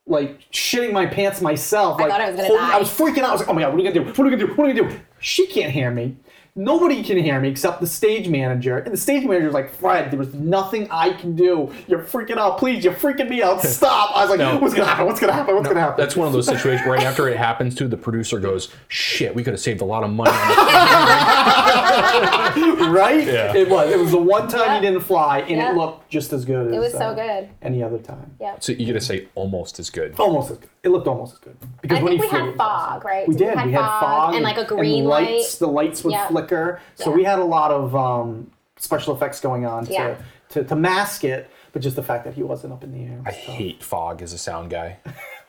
[SPEAKER 1] like shitting my pants myself. Like,
[SPEAKER 3] thought I was gonna
[SPEAKER 1] holding- I
[SPEAKER 3] die.
[SPEAKER 1] was freaking out. I was like, oh my god, what are we gonna do? What are we gonna do? What are we gonna do? She can't hear me. Nobody can hear me except the stage manager. And the stage manager was like, Fred, there was nothing I can do. You're freaking out. Please, you're freaking me
[SPEAKER 2] *laughs*
[SPEAKER 1] out. Stop. I was like,
[SPEAKER 2] No.
[SPEAKER 1] what's gonna happen? What's gonna happen? What's gonna happen? *laughs*
[SPEAKER 2] That's one of those situations right after it happens too, the *laughs* producer goes, "Shit, we could have saved a lot of money." on
[SPEAKER 1] right?
[SPEAKER 2] Yeah.
[SPEAKER 1] It was. It was the one time
[SPEAKER 3] Yeah.
[SPEAKER 1] he didn't fly, and
[SPEAKER 3] Yeah.
[SPEAKER 1] it looked just as good.
[SPEAKER 3] it was so good.
[SPEAKER 1] Any other time?
[SPEAKER 3] Yeah.
[SPEAKER 2] this." so you gotta say almost as good.
[SPEAKER 1] Almost as good. It looked almost as good. Because
[SPEAKER 3] I
[SPEAKER 1] when
[SPEAKER 3] think
[SPEAKER 1] he
[SPEAKER 3] we
[SPEAKER 1] flew, it
[SPEAKER 3] had
[SPEAKER 1] was awesome.
[SPEAKER 3] fog, right?
[SPEAKER 1] We
[SPEAKER 3] Did
[SPEAKER 1] did. We had fog
[SPEAKER 3] and like a green
[SPEAKER 1] and
[SPEAKER 3] light.
[SPEAKER 1] lights. The lights would
[SPEAKER 3] Yeah.
[SPEAKER 1] flicker. So
[SPEAKER 3] Yeah.
[SPEAKER 1] we had a lot of um, special effects going on
[SPEAKER 3] Yeah.
[SPEAKER 1] to, to to mask it. But just the fact that he wasn't up in the air.
[SPEAKER 2] I hate fog as a sound guy.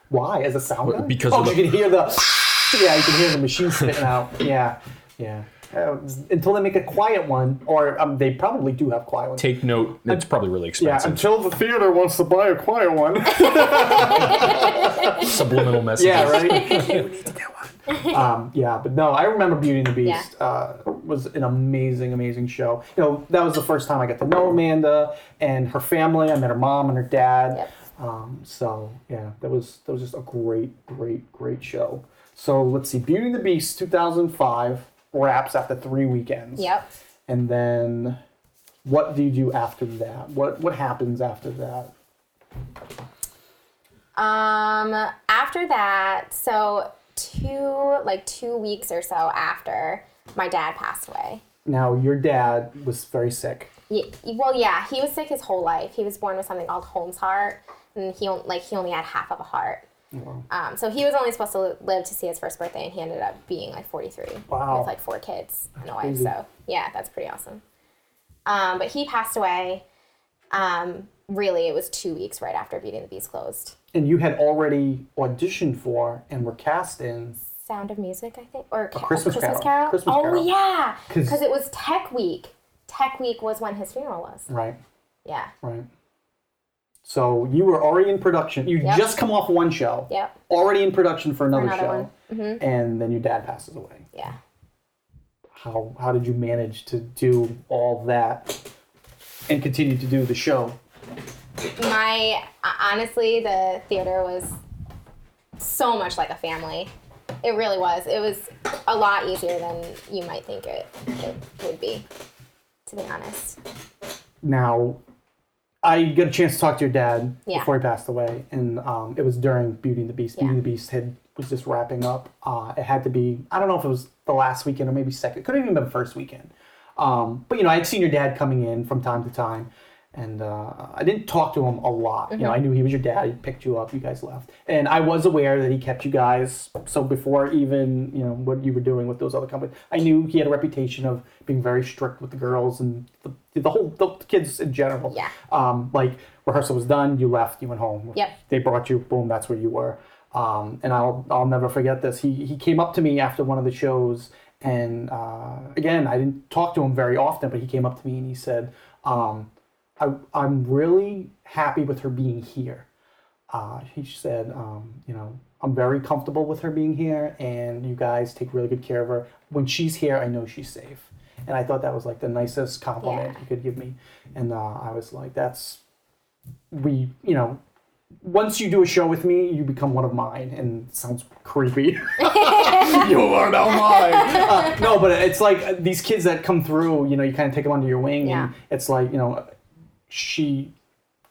[SPEAKER 1] Why? As a sound guy?
[SPEAKER 2] Because
[SPEAKER 1] oh,
[SPEAKER 2] of the-
[SPEAKER 1] you can hear the *laughs* yeah, you can hear the machine spitting out. Yeah, yeah. Uh, until they make a quiet one, or um, they probably do have quiet ones.
[SPEAKER 2] Take *laughs* note, it's probably really
[SPEAKER 1] yeah,
[SPEAKER 2] *laughs* expensive.
[SPEAKER 1] until the theater wants to buy a quiet one. *laughs*
[SPEAKER 2] Subliminal messages.
[SPEAKER 1] Yeah, *laughs* right. um, yeah, but no, I remember Beauty and the
[SPEAKER 3] Yeah.
[SPEAKER 1] Beast uh, was an amazing, amazing show. You know, that was the first time I got to know Amanda and her family. I met her mom and her dad.
[SPEAKER 3] Yep.
[SPEAKER 1] Um, so yeah, that was that was just a great, great, great show. So let's see, Beauty and the Beast, two thousand five wraps after three weekends.
[SPEAKER 3] Yep.
[SPEAKER 1] And then, what do you do after that? What what happens after that?
[SPEAKER 3] Um, after that, so two like two weeks or so after my dad passed away.
[SPEAKER 1] Now your dad was very sick.
[SPEAKER 3] Ye- well, yeah, he was sick his whole life. He was born with something called Holmes' heart, and he on- like he only had half of a heart.
[SPEAKER 1] Oh,
[SPEAKER 3] Um, so he was only supposed to li- live to see his first birthday, and he ended up being like 43
[SPEAKER 1] Wow.
[SPEAKER 3] with like four kids and a wife.
[SPEAKER 1] crazy.
[SPEAKER 3] So yeah, that's pretty awesome. Um, but he passed away. Um, really, it was two weeks right after Beauty and the Beast closed.
[SPEAKER 1] and you had already auditioned for and were cast in
[SPEAKER 3] Sound of Music, I think, or Ca-
[SPEAKER 1] Christmas Carol. Christmas
[SPEAKER 3] oh
[SPEAKER 1] Carol.
[SPEAKER 3] yeah,
[SPEAKER 1] 'Cause-
[SPEAKER 3] because it was Tech Week. Tech Week was when his funeral was.
[SPEAKER 1] right
[SPEAKER 3] Yeah.
[SPEAKER 1] right so you were already in production you
[SPEAKER 3] Yep.
[SPEAKER 1] just come off one show
[SPEAKER 3] Yep.
[SPEAKER 1] already in production for another,
[SPEAKER 3] another
[SPEAKER 1] show and then your dad passes away
[SPEAKER 3] Yeah.
[SPEAKER 1] how how did you manage to do all that and continue to do the show
[SPEAKER 3] my uh, honestly the theater was so much like a family it really was it was a lot easier than you might think it, it would be to be honest
[SPEAKER 1] now I got a chance to talk to your dad
[SPEAKER 3] Yeah.
[SPEAKER 1] before he passed away, and um, it was during Beauty and the Beast. Beauty and the Beast had was just wrapping up. Uh, it had to be I don't know if it was the last weekend or maybe second. Could have even been first weekend. Um, but you know, I had seen your dad coming in from time to time, and uh, I didn't talk to him a lot. You know, I knew he was your dad. He picked you up. You guys left, and I was aware that he kept you guys. So before even you know what you were doing with those other companies, I knew he had a reputation of being very strict with the girls and the, the whole the kids in general
[SPEAKER 3] Yeah.
[SPEAKER 1] um, like rehearsal was done, you left, you went home.
[SPEAKER 3] Yep.
[SPEAKER 1] They brought you, boom, that's where you were. Um, and I'll I'll never forget this. He he came up to me after one of the shows, and uh, again, I didn't talk to him very often, but he came up to me and he said, um, I, "I'm really happy with her being here." Uh, he said, um, "You know, I'm very comfortable with her being here, and you guys take really good care of her. When she's here, I know she's safe." And I thought that was like the nicest compliment
[SPEAKER 3] Yeah.
[SPEAKER 1] he could give me. And uh, I was like, "That's we you know once you do a show with me you become one of mine and it sounds creepy *laughs*
[SPEAKER 2] *laughs*
[SPEAKER 1] you are now mine Uh, *laughs* no but it's like uh, these kids that come through you know you kind of take them under your wing
[SPEAKER 3] Yeah.
[SPEAKER 1] and it's like you know she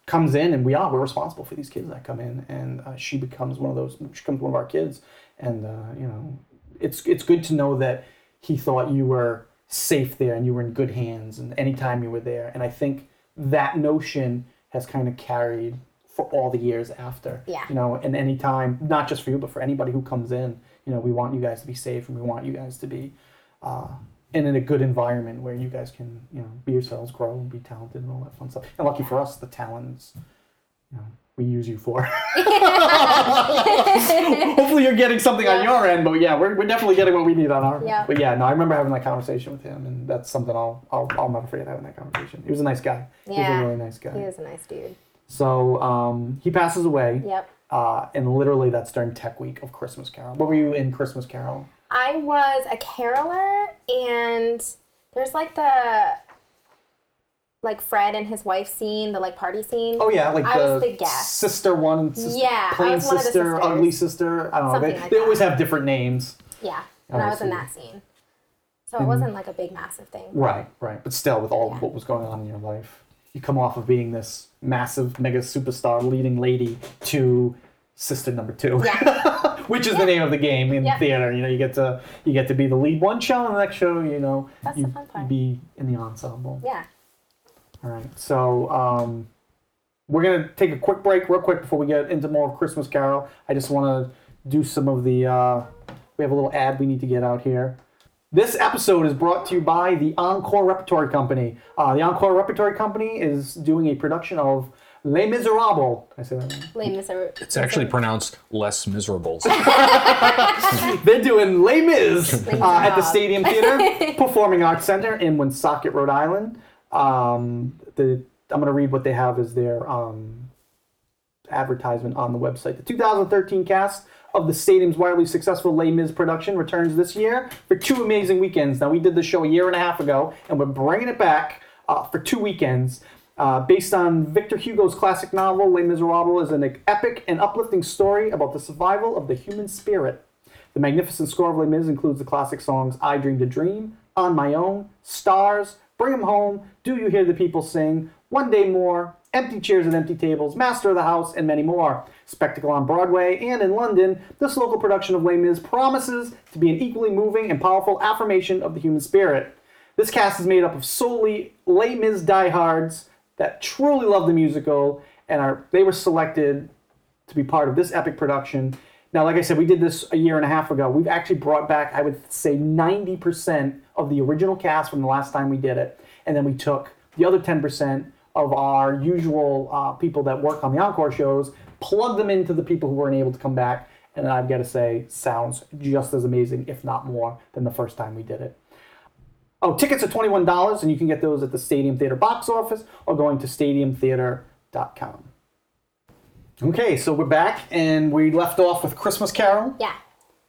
[SPEAKER 1] comes in and we are we're responsible for these kids that come in and uh, she becomes one of those she becomes one of our kids and uh, you know it's it's good to know that he thought you were safe there and you were in good hands and anytime you were there and i think that notion has kind of carried for all the years after.
[SPEAKER 3] Yeah.
[SPEAKER 1] You know, and any time, not just for you, but for anybody who comes in, you know, we want you guys to be safe and we want you guys to be uh, and in a good environment where you guys can, you know, be yourselves, grow and be talented and all that fun stuff. And lucky for us, the talents, you know, we use you for. *laughs* Hopefully you're getting something on
[SPEAKER 3] Yeah.
[SPEAKER 1] your end, but yeah, we're, we're definitely getting what we need on our
[SPEAKER 3] Yeah.
[SPEAKER 1] But yeah, no, I remember having that conversation with him and that's something I'll I'll, I'll never forget having that conversation. He was a nice guy. He was
[SPEAKER 3] Yeah.
[SPEAKER 1] a really nice guy.
[SPEAKER 3] He was a nice dude.
[SPEAKER 1] So um, he passes away.
[SPEAKER 3] Yep.
[SPEAKER 1] Uh, and literally that's during tech week of Christmas Carol. What were you in Christmas Carol?
[SPEAKER 3] I was a caroler, and there's like the like Fred and his wife scene, the like party scene.
[SPEAKER 1] Oh yeah, like
[SPEAKER 3] I
[SPEAKER 1] the,
[SPEAKER 3] was the guest.
[SPEAKER 1] sister one, sister,
[SPEAKER 3] Yeah, I
[SPEAKER 1] plain
[SPEAKER 3] was one of the
[SPEAKER 1] sister,
[SPEAKER 3] sisters.
[SPEAKER 1] ugly sister. I don't know.
[SPEAKER 3] Something
[SPEAKER 1] They,
[SPEAKER 3] like
[SPEAKER 1] they
[SPEAKER 3] that.
[SPEAKER 1] always have different names.
[SPEAKER 3] Yeah, and
[SPEAKER 1] I
[SPEAKER 3] I was in
[SPEAKER 1] see.
[SPEAKER 3] that scene, so it wasn't like a big massive thing.
[SPEAKER 1] Right, right. But still, with all
[SPEAKER 3] Yeah.
[SPEAKER 1] what was going on in your life, you come off of being this massive mega superstar leading lady to sister number two, *laughs* which is the name of the game in
[SPEAKER 3] Yeah.
[SPEAKER 1] theater. You know, you get to you get to be the lead one show, and the next show, you know,
[SPEAKER 3] That's
[SPEAKER 1] you,
[SPEAKER 3] the fun part.
[SPEAKER 1] you be in the ensemble.
[SPEAKER 3] Yeah,
[SPEAKER 1] All right. So um, we're gonna take a quick break, real quick, before we get into more of Christmas Carol. I just want to do some of the. Uh, we have a little ad we need to get out here. This episode is brought to you by the Encore Repertory Company. Uh, the Encore Repertory Company is doing a production of Les Miserables. Did I say that. right?
[SPEAKER 3] Les Miser-
[SPEAKER 2] It's actually pronounced less miserable.
[SPEAKER 1] *laughs* They're doing Les Mis uh, at the
[SPEAKER 3] Miserables.
[SPEAKER 1] Stadium Theater, Performing Arts Center in Woonsocket, Rhode Island. Um, the I'm going to read what they have as their um, advertisement on the website. The 2013 cast of the stadium's wildly successful Les Mis production returns this year for two amazing weekends. Now, we did the show a year and a half ago, and we're bringing it back uh, for two weekends. Uh, based on Victor Hugo's classic novel, Les Miserables is an epic and uplifting story about the survival of the human spirit. The magnificent score of Les Mis includes the classic songs I Dreamed a Dream, On My Own, Stars, Bring 'Em Home, Do You Hear the People Sing, One Day More, Empty Chairs and Empty Tables, Master of the House, and many more. Spectacle on Broadway and in London, this local production of Les Mis promises to be an equally moving and powerful affirmation of the human spirit. This cast is made up of solely Les Mis diehards that truly love the musical, and are they were selected to be part of this epic production. Now, like I said, we did this a year and a half ago. We've actually brought back, I would say, 90% of the original cast from the last time we did it. And then we took the other 10% of our usual uh, people that work on the encore shows, plugged them into the people who weren't able to come back. And I've got to say, sounds just as amazing, if not more, than the first time we did it. Oh, tickets are $21, and you can get those at the Stadium Theater box office or going to stadiumtheater.com. Okay, so we're back, and we left off with Christmas Carol.
[SPEAKER 3] yeah,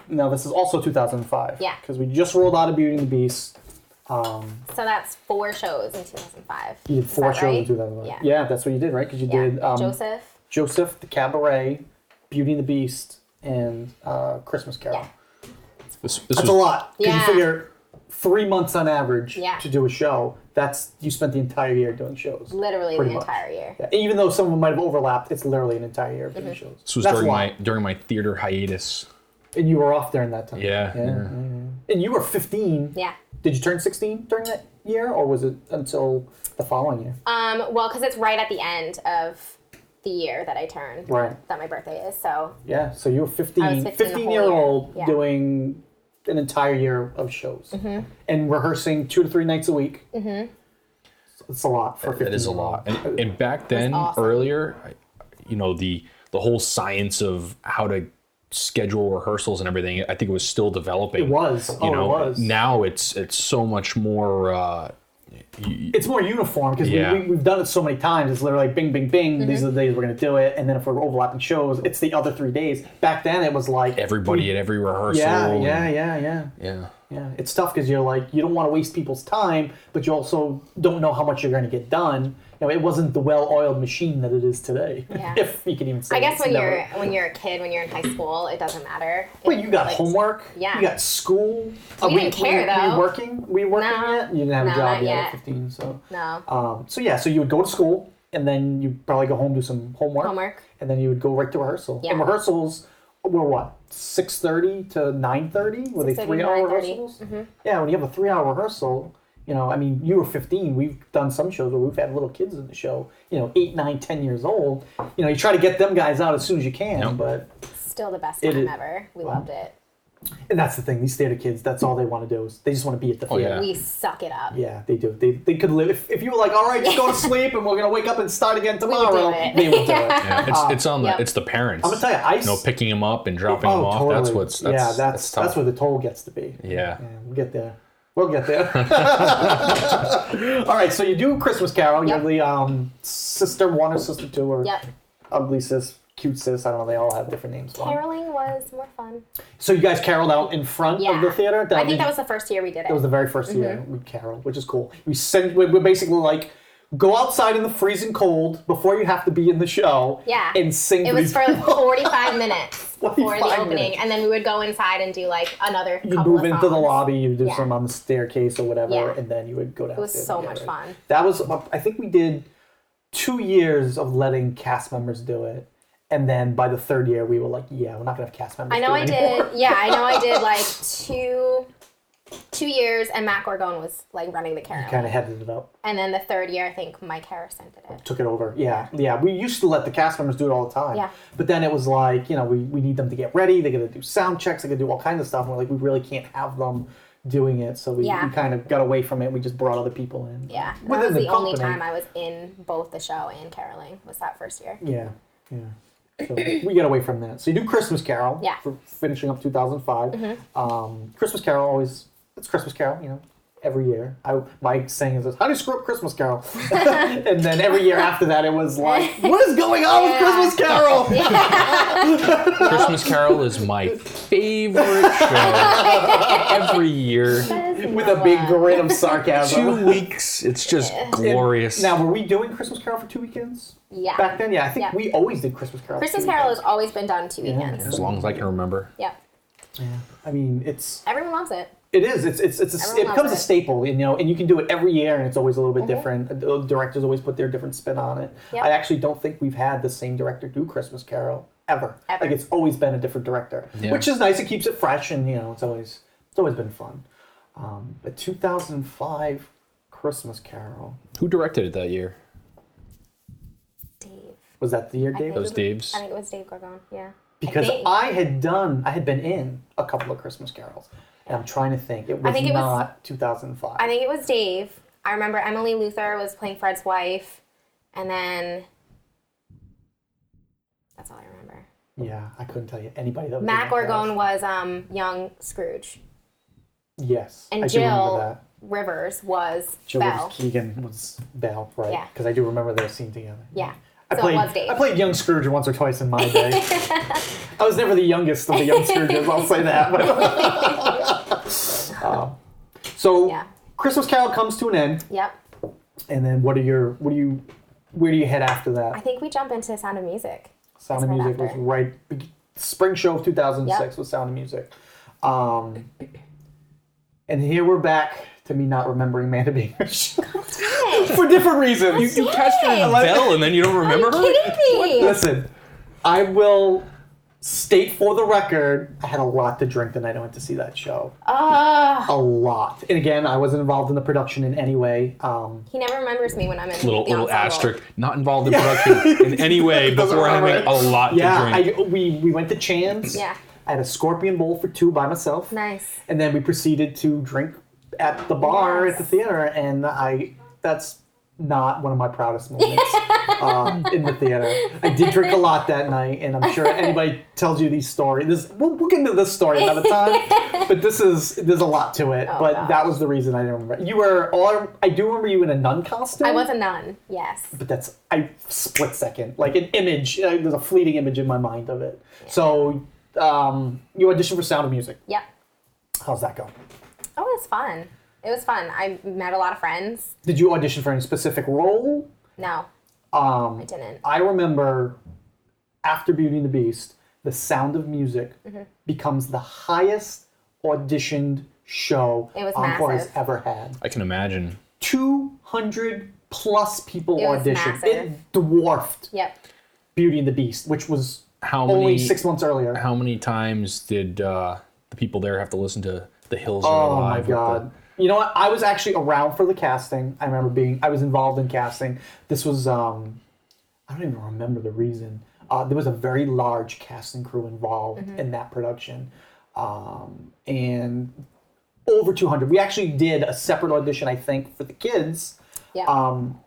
[SPEAKER 1] Now, this is also 2005.
[SPEAKER 3] Yeah.
[SPEAKER 1] Because we just rolled out of Beauty and the Beast. Um,
[SPEAKER 3] so that's four shows in 2005.
[SPEAKER 1] you did
[SPEAKER 3] Is
[SPEAKER 1] four
[SPEAKER 3] that
[SPEAKER 1] shows in
[SPEAKER 3] right?
[SPEAKER 1] 2005.
[SPEAKER 3] Yeah.
[SPEAKER 1] that's what you did, right? Because you
[SPEAKER 3] Yeah.
[SPEAKER 1] did um,
[SPEAKER 3] Joseph.
[SPEAKER 1] Joseph, The Cabaret, Beauty and the Beast, and uh, Christmas Carol.
[SPEAKER 3] Yeah.
[SPEAKER 2] This, this
[SPEAKER 1] That's
[SPEAKER 2] was,
[SPEAKER 1] a lot. 'cause
[SPEAKER 3] Yeah.
[SPEAKER 1] you figure three months on average
[SPEAKER 3] Yeah.
[SPEAKER 1] to do a show. That's You spent the entire year doing shows.
[SPEAKER 3] Literally
[SPEAKER 1] pretty
[SPEAKER 3] the
[SPEAKER 1] much.
[SPEAKER 3] entire year.
[SPEAKER 1] Yeah, Even though some of them might have overlapped, it's literally an entire year of
[SPEAKER 3] Mm-hmm.
[SPEAKER 1] doing shows.
[SPEAKER 2] This was
[SPEAKER 1] That's
[SPEAKER 2] during
[SPEAKER 1] a
[SPEAKER 2] my
[SPEAKER 1] lot.
[SPEAKER 2] during my theater hiatus.
[SPEAKER 1] And you were off during that time.
[SPEAKER 2] Yeah.
[SPEAKER 1] Yeah. mhm. And you were 15.
[SPEAKER 3] Yeah.
[SPEAKER 1] Did you turn 16 during that year, or was it until the following year?
[SPEAKER 3] Um, well, because it's right at the end of the year that I turned.
[SPEAKER 1] Right.
[SPEAKER 3] That my birthday is. So
[SPEAKER 1] yeah. So you were 15,
[SPEAKER 3] I was 15 the whole
[SPEAKER 1] year
[SPEAKER 3] year.
[SPEAKER 1] old
[SPEAKER 3] Yeah. Mm-hmm.
[SPEAKER 1] doing an entire year of shows and rehearsing two to three nights a week. Mm-hmm. It's a lot for 15.
[SPEAKER 2] That is a
[SPEAKER 1] year old.
[SPEAKER 2] lot. And, and back then,
[SPEAKER 3] awesome.
[SPEAKER 2] earlier, I- you know the the whole science of how to schedule rehearsals and everything. I think it was still developing.
[SPEAKER 1] It was.
[SPEAKER 2] You
[SPEAKER 1] oh,
[SPEAKER 2] know,
[SPEAKER 1] it was.
[SPEAKER 2] now it's it's so much more. Uh,
[SPEAKER 1] it's more uniform because
[SPEAKER 2] Yeah.
[SPEAKER 1] we, we, we've done it so many times. It's literally like bing, bing, bing. These
[SPEAKER 3] Mm-hmm.
[SPEAKER 1] are the days we're going to do it. And then if we're overlapping shows, it's the other three days. Back then, it was like
[SPEAKER 2] everybody at every rehearsal.
[SPEAKER 1] Yeah, yeah,
[SPEAKER 2] and-
[SPEAKER 1] yeah, yeah.
[SPEAKER 3] *laughs*
[SPEAKER 2] yeah.
[SPEAKER 1] Yeah, it's tough because you're like you don't want to waste people's time, but you also don't know how much you're going to get done. You know, it wasn't the well-oiled machine that it is today. *laughs*
[SPEAKER 3] Yeah.
[SPEAKER 1] if you can even say.
[SPEAKER 3] I guess
[SPEAKER 1] it's
[SPEAKER 3] when
[SPEAKER 1] never-
[SPEAKER 3] you're when you're a kid, when you're in high school, it doesn't matter.
[SPEAKER 1] Wait, you got
[SPEAKER 3] Like,
[SPEAKER 1] homework.
[SPEAKER 3] yeah.
[SPEAKER 1] You got school. Uh,
[SPEAKER 3] We didn't
[SPEAKER 1] were,
[SPEAKER 3] care,
[SPEAKER 1] Were you
[SPEAKER 3] though.
[SPEAKER 1] working? Were you working
[SPEAKER 3] No.
[SPEAKER 1] yet? You didn't have a
[SPEAKER 3] No,
[SPEAKER 1] job
[SPEAKER 3] not
[SPEAKER 1] yet at
[SPEAKER 3] yet.
[SPEAKER 1] 15, so.
[SPEAKER 3] No.
[SPEAKER 1] Um, so yeah, so you would go to school and then you probably go home do some homework.
[SPEAKER 3] Homework.
[SPEAKER 1] And then you would go right to rehearsal.
[SPEAKER 3] Yeah.
[SPEAKER 1] And rehearsals were what six thirty to Mm-hmm. nine thirty? Were they
[SPEAKER 3] 6:30,
[SPEAKER 1] three hour
[SPEAKER 3] 9:30.
[SPEAKER 1] rehearsals? Yeah, when you have a three hour rehearsal, You know, I mean, you were 15. We've done some shows where we've had little kids in the show, you know, eight, nine, ten years old. You know, you try to get them guys out as soon as you can,
[SPEAKER 2] Yep.
[SPEAKER 1] but
[SPEAKER 3] Still the best
[SPEAKER 1] It
[SPEAKER 3] time
[SPEAKER 1] is-
[SPEAKER 3] ever. We
[SPEAKER 1] Wow.
[SPEAKER 3] loved it.
[SPEAKER 1] and that's the thing. These theater kids, that's all they want to do is they just want to be at the
[SPEAKER 2] Oh,
[SPEAKER 1] theater.
[SPEAKER 2] Yeah.
[SPEAKER 3] We suck it up.
[SPEAKER 1] Yeah, they do. They, they could live. If, if you were like, all right, just
[SPEAKER 3] *laughs*
[SPEAKER 1] go to sleep and we're going to wake up and start again
[SPEAKER 3] would do
[SPEAKER 1] tomorrow,
[SPEAKER 3] it.
[SPEAKER 1] they would
[SPEAKER 3] *laughs*
[SPEAKER 1] do it.
[SPEAKER 2] Yeah, it's, it's on the
[SPEAKER 3] Yep.
[SPEAKER 2] it's the parents.
[SPEAKER 1] I'm going to tell you, I.
[SPEAKER 2] you know, picking them up and dropping them off. That's what's that's,
[SPEAKER 1] yeah, that's, that's,
[SPEAKER 2] tough.
[SPEAKER 1] where the toll gets to be.
[SPEAKER 2] yeah.
[SPEAKER 1] Yeah, we'll get there. We'll get there. *laughs* All right, so you do Christmas Carol.
[SPEAKER 3] Yep.
[SPEAKER 1] You're the um, sister one or sister two or
[SPEAKER 3] Yep.
[SPEAKER 1] ugly sis, cute sis. I don't know. They all have different names. for 'em.
[SPEAKER 3] Caroling was more fun.
[SPEAKER 1] So you guys caroled out in front
[SPEAKER 3] Yeah.
[SPEAKER 1] of the theater.
[SPEAKER 3] I think
[SPEAKER 1] did-
[SPEAKER 3] that was the first year we did it.
[SPEAKER 1] that was the very first year we caroled, which is cool. We send. we- We're basically like. Go outside in the freezing cold before you have to be in the show.
[SPEAKER 3] Yeah.
[SPEAKER 1] And sing.
[SPEAKER 3] It
[SPEAKER 1] to
[SPEAKER 3] was
[SPEAKER 1] these
[SPEAKER 3] for like
[SPEAKER 1] people.
[SPEAKER 3] 45 minutes
[SPEAKER 1] *laughs*
[SPEAKER 3] for
[SPEAKER 1] 45
[SPEAKER 3] the opening,
[SPEAKER 1] minutes.
[SPEAKER 3] and then we would go inside and do like another
[SPEAKER 1] *laughs* you
[SPEAKER 3] couple
[SPEAKER 1] move
[SPEAKER 3] of
[SPEAKER 1] into the
[SPEAKER 3] songs.
[SPEAKER 1] lobby, you do
[SPEAKER 3] Yeah.
[SPEAKER 1] some on the staircase or whatever,
[SPEAKER 3] Yeah.
[SPEAKER 1] and then you would go down.
[SPEAKER 3] It was so much fun.
[SPEAKER 1] That was, uh, I think we did two years of letting cast members do it, and then by the third year, we were like, yeah, we're not gonna have cast members.
[SPEAKER 3] I know
[SPEAKER 1] do it
[SPEAKER 3] I
[SPEAKER 1] anymore.
[SPEAKER 3] did. Yeah, I know I
[SPEAKER 1] *laughs*
[SPEAKER 3] did like two two years, and Matt Gorgon was like running the carol,
[SPEAKER 1] Kind of headed it up,
[SPEAKER 3] and then the third year I think Mike Harrison did it.
[SPEAKER 1] took it over. Yeah, yeah. We used to let the cast members do it all the time.
[SPEAKER 3] Yeah.
[SPEAKER 1] But then it was like, you know, we, we need them to get ready. They gotta do sound checks. They gotta do all kinds of stuff. And we're like, we really can't have them doing it. So we,
[SPEAKER 3] Yeah.
[SPEAKER 1] we kind of got away from it. We just brought other people in.
[SPEAKER 3] Yeah, that
[SPEAKER 1] Within
[SPEAKER 3] was the, only
[SPEAKER 1] company.
[SPEAKER 3] time I was in both the show and caroling was that first year.
[SPEAKER 1] Yeah, yeah. So we get away from that. So you do Christmas Carol.
[SPEAKER 3] Yeah. Mm-hmm.
[SPEAKER 1] For finishing up 2005. Um, Christmas Carol always, it's Christmas Carol, you know, every year. I, my saying is, this, how do you screw up Christmas
[SPEAKER 3] *laughs*
[SPEAKER 1] Carol? and then every year after that, it was like, what is going on
[SPEAKER 3] Yeah.
[SPEAKER 1] with Christmas
[SPEAKER 3] *laughs*
[SPEAKER 1] Carol?
[SPEAKER 2] *laughs* Christmas Carol is
[SPEAKER 1] *laughs*
[SPEAKER 2] my favorite show every year.
[SPEAKER 1] *laughs* With a big grin of sarcasm.
[SPEAKER 2] Two weeks,
[SPEAKER 1] *laughs*
[SPEAKER 2] it's just glorious.
[SPEAKER 1] Now, were we doing Christmas Carol for two weekends
[SPEAKER 3] yeah.
[SPEAKER 1] back then? Yeah, I think
[SPEAKER 3] Yeah.
[SPEAKER 1] we always did Christmas Carol.
[SPEAKER 3] Christmas
[SPEAKER 1] two
[SPEAKER 3] Carol
[SPEAKER 1] weekends.
[SPEAKER 3] has always been done two weekends.
[SPEAKER 2] as long as I can remember.
[SPEAKER 3] Yep.
[SPEAKER 1] I mean, it's
[SPEAKER 3] Everyone loves it.
[SPEAKER 1] It is. It's it's it's a,
[SPEAKER 3] Everyone
[SPEAKER 1] it becomes a
[SPEAKER 3] loves it. Mm-hmm.
[SPEAKER 1] staple, you know, and you can do it every year, and it's always a little bit different. The directors always put their different spin on it.
[SPEAKER 3] Yep.
[SPEAKER 1] I actually don't think we've had the same director do Christmas Carol ever.
[SPEAKER 3] Ever.
[SPEAKER 1] Like it's always been a different director,
[SPEAKER 2] Yeah.
[SPEAKER 1] which is nice. It keeps it fresh, and you know, it's always it's always been fun. Um, but 2005 Christmas Carol
[SPEAKER 2] Who directed it that year?
[SPEAKER 3] Dave.
[SPEAKER 1] was that the year,
[SPEAKER 3] I think
[SPEAKER 1] David?
[SPEAKER 2] Those Daves.
[SPEAKER 3] I think it was Dave Gorgon. Yeah.
[SPEAKER 1] Because
[SPEAKER 3] I think,
[SPEAKER 1] I had done, I had been in a couple of Christmas Carols, and I'm trying to think. It was
[SPEAKER 3] think it was-
[SPEAKER 1] not 2005.
[SPEAKER 3] I think it was Dave. I remember Emily Luther was playing Fred's wife, and then that's all I remember.
[SPEAKER 1] yeah, I couldn't tell you anybody that was in
[SPEAKER 3] Matt
[SPEAKER 1] that cast.
[SPEAKER 3] Gorgon was um, young Scrooge,
[SPEAKER 1] Yes,
[SPEAKER 3] and
[SPEAKER 1] I do remember
[SPEAKER 3] Jill
[SPEAKER 1] that.
[SPEAKER 3] Rivers was
[SPEAKER 1] Jill
[SPEAKER 3] Belle.
[SPEAKER 1] Rivers Keegan was Belle, right?
[SPEAKER 3] Yeah.
[SPEAKER 1] Because I do remember their scene together.
[SPEAKER 3] Yeah.
[SPEAKER 1] I
[SPEAKER 3] so
[SPEAKER 1] played,
[SPEAKER 3] it was Dave.
[SPEAKER 1] I played young Scrooge once or twice in my
[SPEAKER 3] *laughs*
[SPEAKER 1] day. I was never the youngest of the young Scrooges, I'll say
[SPEAKER 3] *laughs*
[SPEAKER 1] that. *laughs* Um, so
[SPEAKER 3] Yeah.
[SPEAKER 1] Christmas Carol comes to an end,
[SPEAKER 3] Yep.
[SPEAKER 1] and then what are your what do you where do you head after
[SPEAKER 3] I
[SPEAKER 1] that?
[SPEAKER 3] think we jump into Sound of Music.
[SPEAKER 1] Sound of
[SPEAKER 3] right
[SPEAKER 1] Music was
[SPEAKER 3] after.
[SPEAKER 1] right be- spring show of 2006 was Sound of Music. Um, and here we're back to me not remembering Amanda being *laughs* for different reasons. You- you
[SPEAKER 2] Catch
[SPEAKER 3] Hey,
[SPEAKER 2] Bell, and then you don't remember
[SPEAKER 3] Are
[SPEAKER 2] her?
[SPEAKER 3] you kidding me?
[SPEAKER 1] Listen, I will state for the record, I had a lot to drink the night I went to see that show.
[SPEAKER 3] Ah,
[SPEAKER 1] A lot. And again, I wasn't involved in the production in any way. Um,
[SPEAKER 3] he never remembers me when I'm in
[SPEAKER 2] Little
[SPEAKER 3] the
[SPEAKER 2] little
[SPEAKER 3] ensemble.
[SPEAKER 2] asterisk, not involved in
[SPEAKER 1] *laughs*
[SPEAKER 2] production in any way
[SPEAKER 1] Doesn't
[SPEAKER 2] before having
[SPEAKER 1] remember
[SPEAKER 2] a
[SPEAKER 1] it.
[SPEAKER 2] lot
[SPEAKER 1] yeah,
[SPEAKER 2] to drink.
[SPEAKER 1] I, we, we went to Chance.
[SPEAKER 3] Yeah.
[SPEAKER 1] I had a scorpion bowl for two by myself.
[SPEAKER 3] Nice.
[SPEAKER 1] And then we proceeded to drink at the bar at the
[SPEAKER 3] Yes.
[SPEAKER 1] theater. And I, that's not one of my proudest moments
[SPEAKER 3] *laughs*
[SPEAKER 1] um, in the theater. I did drink a lot that night. And I'm sure anybody tells you these stories, this, we'll, we'll get into this story another time.
[SPEAKER 3] *laughs*
[SPEAKER 1] but this is, there's a lot to it. but
[SPEAKER 3] gosh.
[SPEAKER 1] that was the reason I didn't remember. You were all, I do remember you in a nun costume
[SPEAKER 3] I was a nun. Yes.
[SPEAKER 1] but that's I split second, like an image. Uh, there's a fleeting image in my mind of it. So um, you auditioned for Sound of Music.
[SPEAKER 3] Yep.
[SPEAKER 1] How's that go?
[SPEAKER 3] Oh, it was fun. It was fun. I met a lot of friends.
[SPEAKER 1] Did you audition for any specific role?
[SPEAKER 3] No,
[SPEAKER 1] Um,
[SPEAKER 3] I didn't.
[SPEAKER 1] I remember after Beauty and the Beast, The Sound of Music
[SPEAKER 3] Mm-hmm.
[SPEAKER 1] becomes the highest auditioned show
[SPEAKER 3] It was
[SPEAKER 1] Encore has
[SPEAKER 3] massive.
[SPEAKER 1] ever had.
[SPEAKER 2] I can imagine.
[SPEAKER 1] 200 plus people
[SPEAKER 3] It was
[SPEAKER 1] auditioned. It
[SPEAKER 3] massive.
[SPEAKER 1] dwarfed
[SPEAKER 3] Yep.
[SPEAKER 1] Beauty and the Beast, which was
[SPEAKER 2] How
[SPEAKER 1] only
[SPEAKER 2] many
[SPEAKER 1] six months earlier.
[SPEAKER 2] how many times did uh, the people there have to listen to the hills are
[SPEAKER 1] Oh my
[SPEAKER 2] alive with the-
[SPEAKER 1] god. You know what? I was actually around for the casting. I remember being, I was involved in casting. This was, um, I don't even remember the reason. Uh, there was a very large casting crew involved in that production. Um, and over 200. We actually did a separate audition, I think, for the kids
[SPEAKER 3] Yeah.
[SPEAKER 1] um,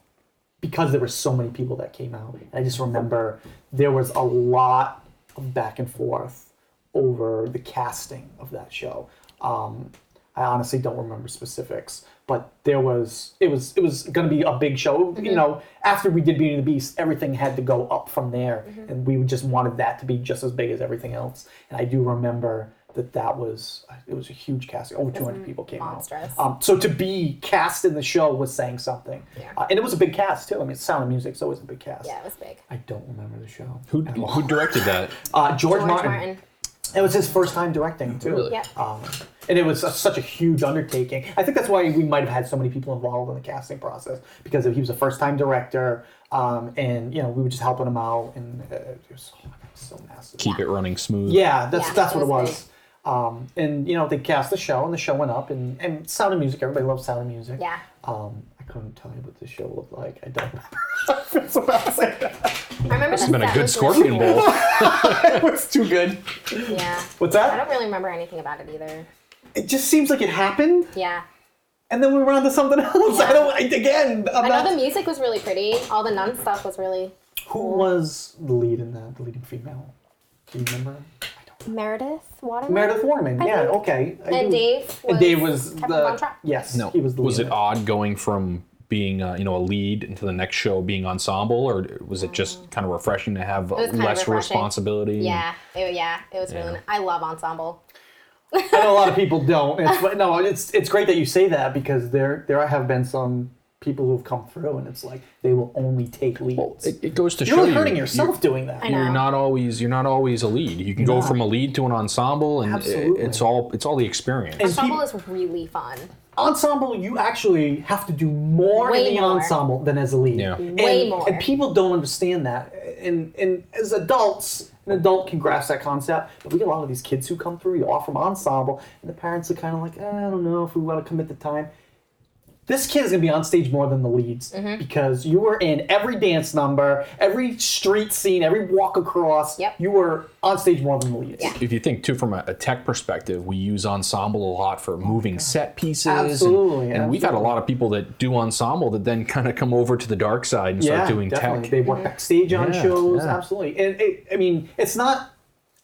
[SPEAKER 1] because there were so many people that came out. And I just remember there was a lot of back and forth over the casting of that show. Um, I honestly don't remember specifics, but there was it was it was going to be a big show. You know, after we did Beauty and the Beast, everything had to go up from there, and we just wanted that to be just as big as everything else. And I do remember that that was it was a huge casting. Over 200 people came
[SPEAKER 3] monstrous.
[SPEAKER 1] out. Um, so to be cast in the show was saying something, Uh, and it was a big cast too. I mean, Sound of Music's always a big cast.
[SPEAKER 3] yeah, it was big.
[SPEAKER 1] I don't remember the show.
[SPEAKER 2] Who,
[SPEAKER 1] at all.
[SPEAKER 2] who directed that?
[SPEAKER 1] Uh, George,
[SPEAKER 3] George
[SPEAKER 1] Martin.
[SPEAKER 3] Martin.
[SPEAKER 1] It was his first time directing too.
[SPEAKER 2] Really?
[SPEAKER 3] Yep.
[SPEAKER 1] Um, and it was a, such a huge undertaking. I think that's why we might have had so many people involved in the casting process because he was a first-time director, um, and you know we were just helping him out, and uh, it was oh my God, so massive.
[SPEAKER 2] Keep it running smooth.
[SPEAKER 1] Yeah, that's
[SPEAKER 3] Yeah,
[SPEAKER 1] that's
[SPEAKER 3] it
[SPEAKER 1] what it
[SPEAKER 3] was
[SPEAKER 1] was. Um, and you know they cast the show, and the show went up, and, and Sound of Music. Everybody loves Sound of Music.
[SPEAKER 3] Yeah.
[SPEAKER 1] Um, I couldn't tell you what the show looked like. I don't remember. *laughs* that's what I was saying.
[SPEAKER 3] I remember
[SPEAKER 2] Must have
[SPEAKER 3] the
[SPEAKER 2] been a
[SPEAKER 3] set
[SPEAKER 2] good
[SPEAKER 3] was
[SPEAKER 2] scorpion *laughs*
[SPEAKER 3] really
[SPEAKER 2] bowl.
[SPEAKER 1] it was too good.
[SPEAKER 3] cool. *laughs* Yeah.
[SPEAKER 1] What's that?
[SPEAKER 3] I don't really remember anything about it either.
[SPEAKER 1] it just seems like it happened,
[SPEAKER 3] Yeah.
[SPEAKER 1] and then we were on to something else. I don't. I, again, I'm
[SPEAKER 3] I
[SPEAKER 1] not-
[SPEAKER 3] know the music was really pretty. All the nun stuff was really
[SPEAKER 1] who was the lead in that? The leading female. Do you remember? I don't.
[SPEAKER 3] Meredith Waterman.
[SPEAKER 1] Meredith Warman.
[SPEAKER 3] I
[SPEAKER 1] yeah.
[SPEAKER 3] think-
[SPEAKER 1] Okay. I
[SPEAKER 3] And
[SPEAKER 1] do.
[SPEAKER 3] Dave. Was
[SPEAKER 1] And Dave was
[SPEAKER 3] Captain
[SPEAKER 1] the
[SPEAKER 3] Von Trapp.
[SPEAKER 1] yes.
[SPEAKER 2] No,
[SPEAKER 1] He was the lead.
[SPEAKER 2] was
[SPEAKER 1] in
[SPEAKER 2] it odd going from being uh, you know a lead into the next show being ensemble, or was it just kind of refreshing to have
[SPEAKER 3] was kind of
[SPEAKER 2] less
[SPEAKER 3] refreshing.
[SPEAKER 2] responsibility?
[SPEAKER 3] Yeah. It, yeah. It was really.
[SPEAKER 2] Yeah.
[SPEAKER 3] n- I love ensemble.
[SPEAKER 1] I know a lot of people don't. It's, but no, it's it's great that you say that because there there have been some people who have come through, and it's like they will only take leads.
[SPEAKER 2] It, it goes to
[SPEAKER 1] You're
[SPEAKER 2] show
[SPEAKER 1] really
[SPEAKER 2] you,
[SPEAKER 1] hurting
[SPEAKER 2] you-
[SPEAKER 1] yourself doing that.
[SPEAKER 3] I
[SPEAKER 2] You're,
[SPEAKER 3] know.
[SPEAKER 2] not always you're not always a lead. You can go from a lead to an ensemble, and i-
[SPEAKER 1] Absolutely.
[SPEAKER 2] it's all it's all the experience.
[SPEAKER 1] And
[SPEAKER 3] Ensemble
[SPEAKER 1] peop-
[SPEAKER 3] is really fun.
[SPEAKER 1] ensemble, you actually have to do more
[SPEAKER 3] Way
[SPEAKER 1] in the
[SPEAKER 3] more.
[SPEAKER 1] ensemble than as a lead.
[SPEAKER 2] Yeah.
[SPEAKER 3] Way
[SPEAKER 1] and,
[SPEAKER 3] more.
[SPEAKER 1] And people don't understand that. And and as adults, an adult can grasp that concept, but we get a lot of these kids who come through, you offer them ensemble, and the parents are kind of like, "Eh, I don't know if we want to commit the time. This kid is gonna be on stage more than the leads
[SPEAKER 3] Mm-hmm.
[SPEAKER 1] because you were in every dance number, every street scene, every walk across.
[SPEAKER 3] Yep.
[SPEAKER 1] You were on stage more than the leads.
[SPEAKER 3] Yeah.
[SPEAKER 2] if you think too from a, a tech perspective, we use ensemble a lot for moving set pieces. and-
[SPEAKER 1] Absolutely,
[SPEAKER 2] And, we've had a
[SPEAKER 1] absolutely.
[SPEAKER 2] lot of people that do ensemble that then kind of come over to the dark side and start doing
[SPEAKER 1] definitely.
[SPEAKER 2] tech.
[SPEAKER 1] They
[SPEAKER 3] Mm-hmm.
[SPEAKER 1] work backstage on
[SPEAKER 2] Yeah,
[SPEAKER 1] shows,
[SPEAKER 2] yeah.
[SPEAKER 1] absolutely. And it, I mean, it's not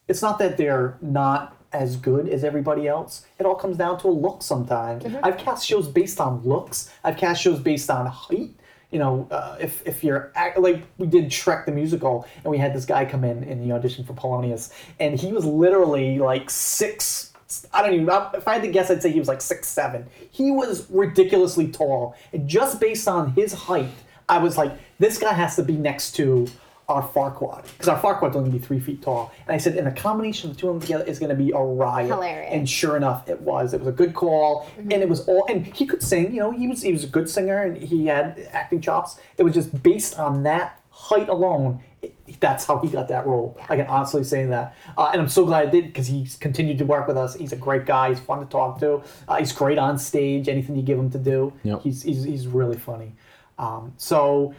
[SPEAKER 1] it's not that they're not as good as everybody else. It all comes down to a look sometimes. I've cast shows based on looks. I've cast shows based on height. You know, uh, if if you're act, like we did Shrek the musical, and we had this guy come in in the audition for Polonius, and he was literally like six. I don't even. If I had to guess, I'd say he was like six seven. He was ridiculously tall, and just based on his height, I was like, this guy has to be next to our Farquad because our Farquad's only gonna be three feet tall. And I said, and the combination of the two of them together is gonna be a riot.
[SPEAKER 3] Hilarious.
[SPEAKER 1] And sure enough, it was. It was a good call, and it was all. And he could sing. You know, he was he was a good singer, and he had acting chops. It was just based on that height alone. it- that's how he got that role. I can honestly say that, uh, and I'm so glad I did because he's continued to work with us. He's a great guy. He's fun to talk to. Uh, he's great on stage. Anything you give him to do,
[SPEAKER 2] Yep.
[SPEAKER 1] he's, he's he's really funny. Um, so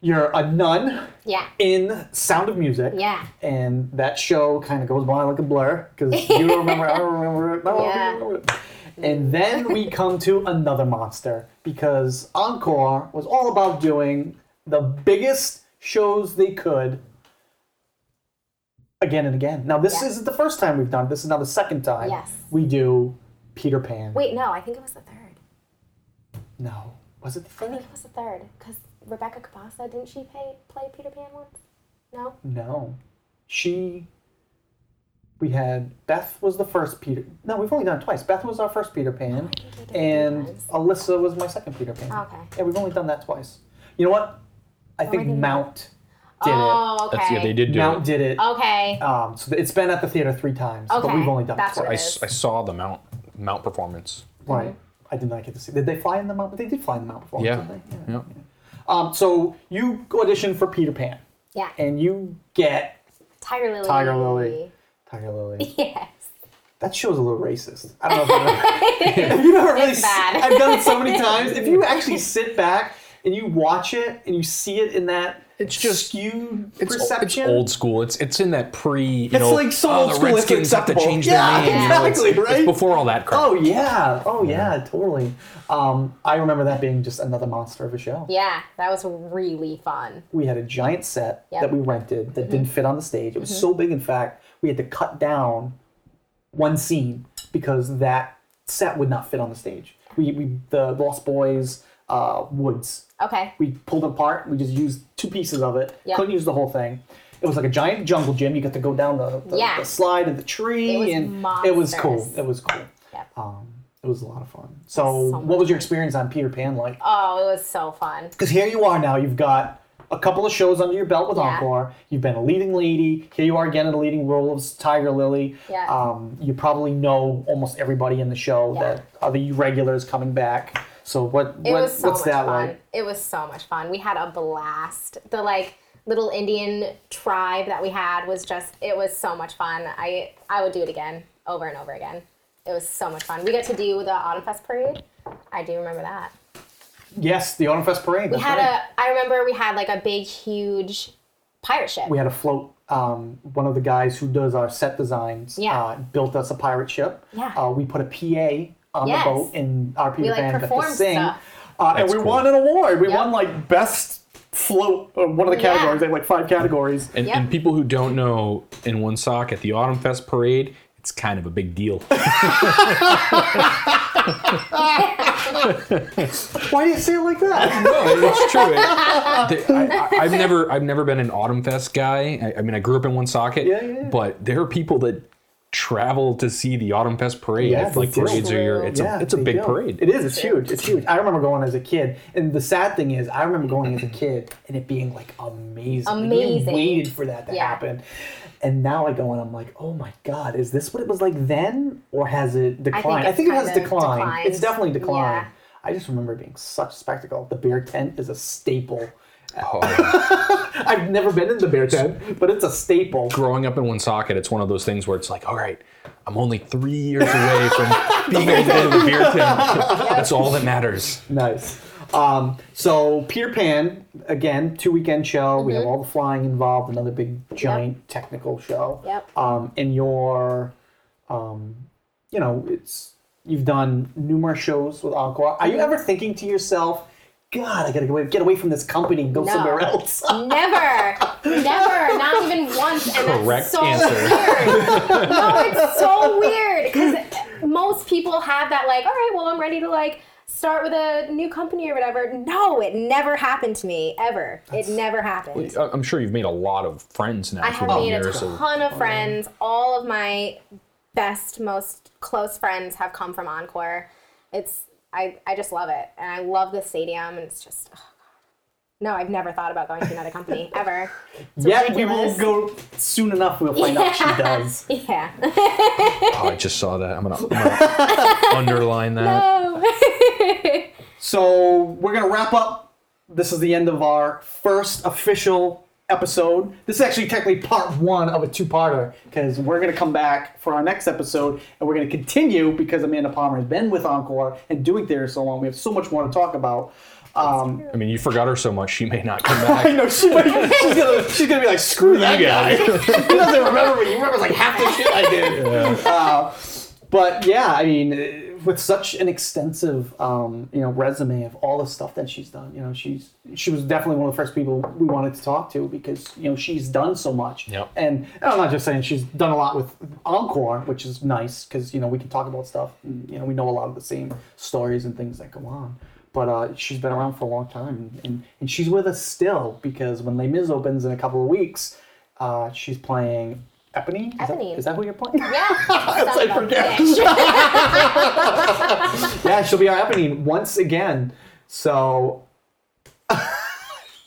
[SPEAKER 1] you're a nun
[SPEAKER 3] Yeah.
[SPEAKER 1] in Sound of Music.
[SPEAKER 3] Yeah.
[SPEAKER 1] And that show kind of goes by like a blur because you don't remember, I don't remember it. I don't
[SPEAKER 3] Yeah.
[SPEAKER 1] remember it. And then we come to another monster because Encore was all about doing the biggest shows they could again and again. Now, this
[SPEAKER 3] Yeah.
[SPEAKER 1] isn't the first time we've done it. This is now the second time
[SPEAKER 3] Yes.
[SPEAKER 1] we do Peter Pan.
[SPEAKER 3] Wait, no. I think it was the third.
[SPEAKER 1] No. Was it the
[SPEAKER 3] I
[SPEAKER 1] third?
[SPEAKER 3] think it was the third because Rebecca Cabasa didn't she pay, play Peter Pan once? No.
[SPEAKER 1] No. She. We had Beth was the first Peter. No, we've only done it twice. Beth was our first Peter Pan,
[SPEAKER 3] think we Oh, did it three
[SPEAKER 1] and
[SPEAKER 3] times.
[SPEAKER 1] Alyssa was my second Peter Pan.
[SPEAKER 3] Oh, Okay. Oh,
[SPEAKER 1] Yeah, we've only done that twice. You know what? I think
[SPEAKER 3] did that.
[SPEAKER 1] Mount did
[SPEAKER 3] oh, okay.
[SPEAKER 2] That's, yeah, they did
[SPEAKER 1] it.
[SPEAKER 2] do Uh,
[SPEAKER 1] Mount
[SPEAKER 2] it.
[SPEAKER 1] did it.
[SPEAKER 3] Okay.
[SPEAKER 1] Um, so it's been at the theater three times, but
[SPEAKER 3] Okay,
[SPEAKER 1] we've only done
[SPEAKER 3] that's
[SPEAKER 1] it
[SPEAKER 2] I,
[SPEAKER 3] what
[SPEAKER 1] twice.
[SPEAKER 2] s- I saw the Mount Mount performance.
[SPEAKER 1] Right. I did not get to see. Did they fly in the Mount? They did fly in the Mount before,
[SPEAKER 2] Yeah.
[SPEAKER 1] didn't they?
[SPEAKER 2] Yep.
[SPEAKER 1] Um, so you audition for Peter Pan,
[SPEAKER 3] Yeah.
[SPEAKER 1] and you get
[SPEAKER 3] Tiger Lily.
[SPEAKER 1] Tiger Lily. Tiger Lily.
[SPEAKER 3] *laughs* Yes.
[SPEAKER 1] That show's a little racist. I don't know if
[SPEAKER 3] *laughs*
[SPEAKER 1] you ever, if you ever really. s-
[SPEAKER 3] It's bad.
[SPEAKER 1] I've done it so
[SPEAKER 3] *laughs*
[SPEAKER 1] many times. If you actually sit back and you watch it and you see it in that
[SPEAKER 2] It's just-
[SPEAKER 1] skewed
[SPEAKER 2] It's, it's
[SPEAKER 1] perception.
[SPEAKER 2] old school. It's it's in that pre. You
[SPEAKER 1] It's
[SPEAKER 2] know,
[SPEAKER 1] like so
[SPEAKER 2] oh,
[SPEAKER 1] old
[SPEAKER 2] the
[SPEAKER 1] school, it's
[SPEAKER 2] Redskins have to
[SPEAKER 1] acceptable.
[SPEAKER 2] change their
[SPEAKER 1] Yeah,
[SPEAKER 2] name. you know, it's-
[SPEAKER 1] exactly,
[SPEAKER 2] it's
[SPEAKER 1] right?
[SPEAKER 2] before all that crap.
[SPEAKER 1] Oh yeah. Oh yeah. Totally. Um, I remember that being just another monster of a show.
[SPEAKER 3] Yeah, that was really fun.
[SPEAKER 1] we had a giant set
[SPEAKER 3] Yep. Mm-hmm.
[SPEAKER 1] that we rented that didn't fit on the stage. It was so big, in fact, we had to cut down one scene because that set would not fit on the stage. We, we the Lost Boys uh, Woods.
[SPEAKER 3] Okay.
[SPEAKER 1] We pulled it apart. We just used two pieces of it.
[SPEAKER 3] Yep.
[SPEAKER 1] Couldn't use the whole thing. It was like a giant jungle gym. You got to go down the, the,
[SPEAKER 3] Yeah.
[SPEAKER 1] the slide of the tree,
[SPEAKER 3] It was
[SPEAKER 1] and it was cool.
[SPEAKER 3] monstrous.
[SPEAKER 1] It was cool.
[SPEAKER 3] Yep.
[SPEAKER 1] Um, it was a lot of fun. So,
[SPEAKER 3] so
[SPEAKER 1] what was your experience on Peter Pan like?
[SPEAKER 3] Oh, it was so fun.
[SPEAKER 1] Because here you are now. You've got a couple of shows under your belt with
[SPEAKER 3] Yeah.
[SPEAKER 1] Encore. You've been a leading lady. Here you are again in the leading role of Tiger Lily.
[SPEAKER 3] Yeah.
[SPEAKER 1] Um, you probably know almost everybody in the show
[SPEAKER 3] Yeah.
[SPEAKER 1] that are the regulars coming back. So what,
[SPEAKER 3] It
[SPEAKER 1] what
[SPEAKER 3] was so
[SPEAKER 1] what's
[SPEAKER 3] much
[SPEAKER 1] that
[SPEAKER 3] fun.
[SPEAKER 1] like?
[SPEAKER 3] It was so much fun. We had a blast. The like little Indian tribe that we had was just it was so much fun. I I would do it again over and over again. It was so much fun. We got to do the Autumn Fest parade. I do remember that.
[SPEAKER 1] Yes, the Autumn Fest parade.
[SPEAKER 3] We had a I remember we had like a big huge pirate ship.
[SPEAKER 1] we had a float. Um, one of the guys who does our set designs
[SPEAKER 3] Yeah.
[SPEAKER 1] uh, built us a pirate ship.
[SPEAKER 3] Yeah.
[SPEAKER 1] Uh, we put a PA on
[SPEAKER 3] Yes.
[SPEAKER 1] the boat in our Peter
[SPEAKER 3] We, like,
[SPEAKER 1] Pan got to
[SPEAKER 3] performed
[SPEAKER 1] sing.
[SPEAKER 3] stuff.
[SPEAKER 1] Uh, and
[SPEAKER 2] That's
[SPEAKER 1] we
[SPEAKER 2] cool.
[SPEAKER 1] won an award. We
[SPEAKER 3] Yep.
[SPEAKER 1] won like best float, uh, one of the
[SPEAKER 3] Yeah.
[SPEAKER 1] categories. They had like five categories.
[SPEAKER 2] And,
[SPEAKER 3] Yep.
[SPEAKER 2] and people who don't know, in one sock at the Autumn Fest parade, it's kind of a
[SPEAKER 1] *laughs*
[SPEAKER 2] big deal.
[SPEAKER 1] Why do you say it like that?
[SPEAKER 2] No, it's true. It- they- I, have never, I've never been an Autumn Fest guy. I, I mean, I grew up in one socket,
[SPEAKER 1] Yeah, yeah, yeah.
[SPEAKER 2] but there are people that travel to see the Autumn Fest parade.
[SPEAKER 1] Yeah,
[SPEAKER 2] if like
[SPEAKER 1] they do.
[SPEAKER 2] parades are your, it's
[SPEAKER 1] Yeah,
[SPEAKER 2] a, it's a
[SPEAKER 1] they
[SPEAKER 2] big
[SPEAKER 1] do.
[SPEAKER 2] parade.
[SPEAKER 1] It is. It's huge. It's huge. I remember going as a kid, and the sad thing is, I remember going
[SPEAKER 2] *laughs*
[SPEAKER 1] as a kid and it being like amazing. Like, we
[SPEAKER 3] Amazing.
[SPEAKER 1] waited for that to
[SPEAKER 3] Yeah.
[SPEAKER 1] happen, and now I go and I'm like, oh my god, is this what it was like then, or has it declined? I
[SPEAKER 3] it's
[SPEAKER 1] think, it has
[SPEAKER 3] kind of
[SPEAKER 1] declined. It's
[SPEAKER 3] declined.
[SPEAKER 1] definitely declined.
[SPEAKER 3] Yeah.
[SPEAKER 1] I just remember it being such a spectacle. The bear tent is a staple.
[SPEAKER 2] Oh,
[SPEAKER 1] I've never been in the bear tent, but it's a staple.
[SPEAKER 2] growing up in one socket, it's one of those things where it's like, all right, I'm only three years away
[SPEAKER 1] *laughs*
[SPEAKER 2] from being able to go to the beer tent. That's all that matters.
[SPEAKER 1] Nice. Um, so Peter Pan again, two weekend show. We
[SPEAKER 3] Mm-hmm.
[SPEAKER 1] have all the flying involved. Another big giant technical show.
[SPEAKER 3] Yep.
[SPEAKER 1] Um, and your, um, you know, it's you've done numerous shows with Encore. Are
[SPEAKER 3] Mm-hmm.
[SPEAKER 1] you ever thinking to yourself, God, I gotta get away, get away from this company and go
[SPEAKER 3] No.
[SPEAKER 1] somewhere else?
[SPEAKER 3] *laughs* Never, never, not even once. And
[SPEAKER 2] Correct
[SPEAKER 3] that's so
[SPEAKER 1] *laughs*
[SPEAKER 2] answer.
[SPEAKER 3] weird. No, it's so weird because most people have that like, all right, well, I'm ready to like start with a new company or whatever. No, it never happened to me ever. it never happened.
[SPEAKER 2] I- I'm sure you've made a lot of friends now
[SPEAKER 3] I
[SPEAKER 2] through
[SPEAKER 3] have
[SPEAKER 2] the
[SPEAKER 3] made a
[SPEAKER 2] years. of-
[SPEAKER 3] ton of friends. All of my best, most close friends have come from Encore. It's I, I just love it, and I love the stadium, and it's just. Oh, God. no, I've never thought about going to another company ever. *laughs*
[SPEAKER 1] Yet we will go
[SPEAKER 3] ridiculous.
[SPEAKER 1] soon enough. We'll find out she does.
[SPEAKER 3] *laughs* Yeah. *laughs*
[SPEAKER 2] Oh, I just saw that. I'm gonna, I'm
[SPEAKER 1] *laughs*
[SPEAKER 2] gonna underline that.
[SPEAKER 1] So we're gonna wrap up. This is the end of our first official episode. This is actually technically part one of a two-parter because we're gonna come back for our next episode and we're gonna continue because Amanda Palmer has been with Encore and doing theater so long. We have so much more to talk about. Um, *laughs*
[SPEAKER 2] I mean, you forgot her so much, she may not come back.
[SPEAKER 1] I know she might, she's gonna she's gonna be like screw that
[SPEAKER 2] You
[SPEAKER 1] guy.
[SPEAKER 2] got
[SPEAKER 1] *laughs*
[SPEAKER 2] it.
[SPEAKER 1] he doesn't remember me. He remembers like half the shit I
[SPEAKER 2] *laughs*
[SPEAKER 1] did. Uh, but yeah, I mean, uh, with such an extensive, um, you know, resume of all the stuff that she's done, you know, she's she was definitely one of the first people we wanted to talk to because you know she's done so much.
[SPEAKER 2] Yep.
[SPEAKER 1] And I'm not just saying she's done a lot with Encore, which is nice because you know we can talk about stuff. And, you know, we know a lot of the same stories and things that go on. But uh, she's been around for a long time, and, and she's with us still because when Les Mis opens in a couple of weeks, uh, she's playing Eponine. Is that-
[SPEAKER 3] Eponine.
[SPEAKER 1] is that who you're playing?
[SPEAKER 3] Yeah.
[SPEAKER 1] I forget. yeah, she'll be our Eponine once again. So *laughs*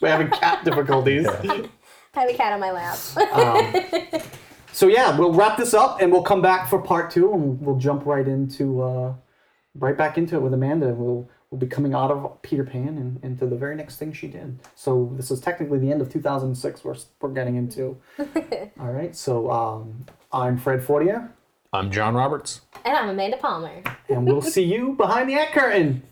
[SPEAKER 1] we're having cat difficulties.
[SPEAKER 3] I have a cat on my lap. *laughs*
[SPEAKER 1] So yeah, we'll wrap this up and we'll come back for part two and we'll jump right into uh, right back into it with Amanda. We'll we'll be coming out of Peter Pan and into the very next thing she did. So this is technically the end of 2006. We're we're getting into. All right. So um, I'm Fred Fortier.
[SPEAKER 2] I'm John Roberts.
[SPEAKER 3] And I'm Amanda Palmer.
[SPEAKER 1] And we'll see you behind the ad curtain.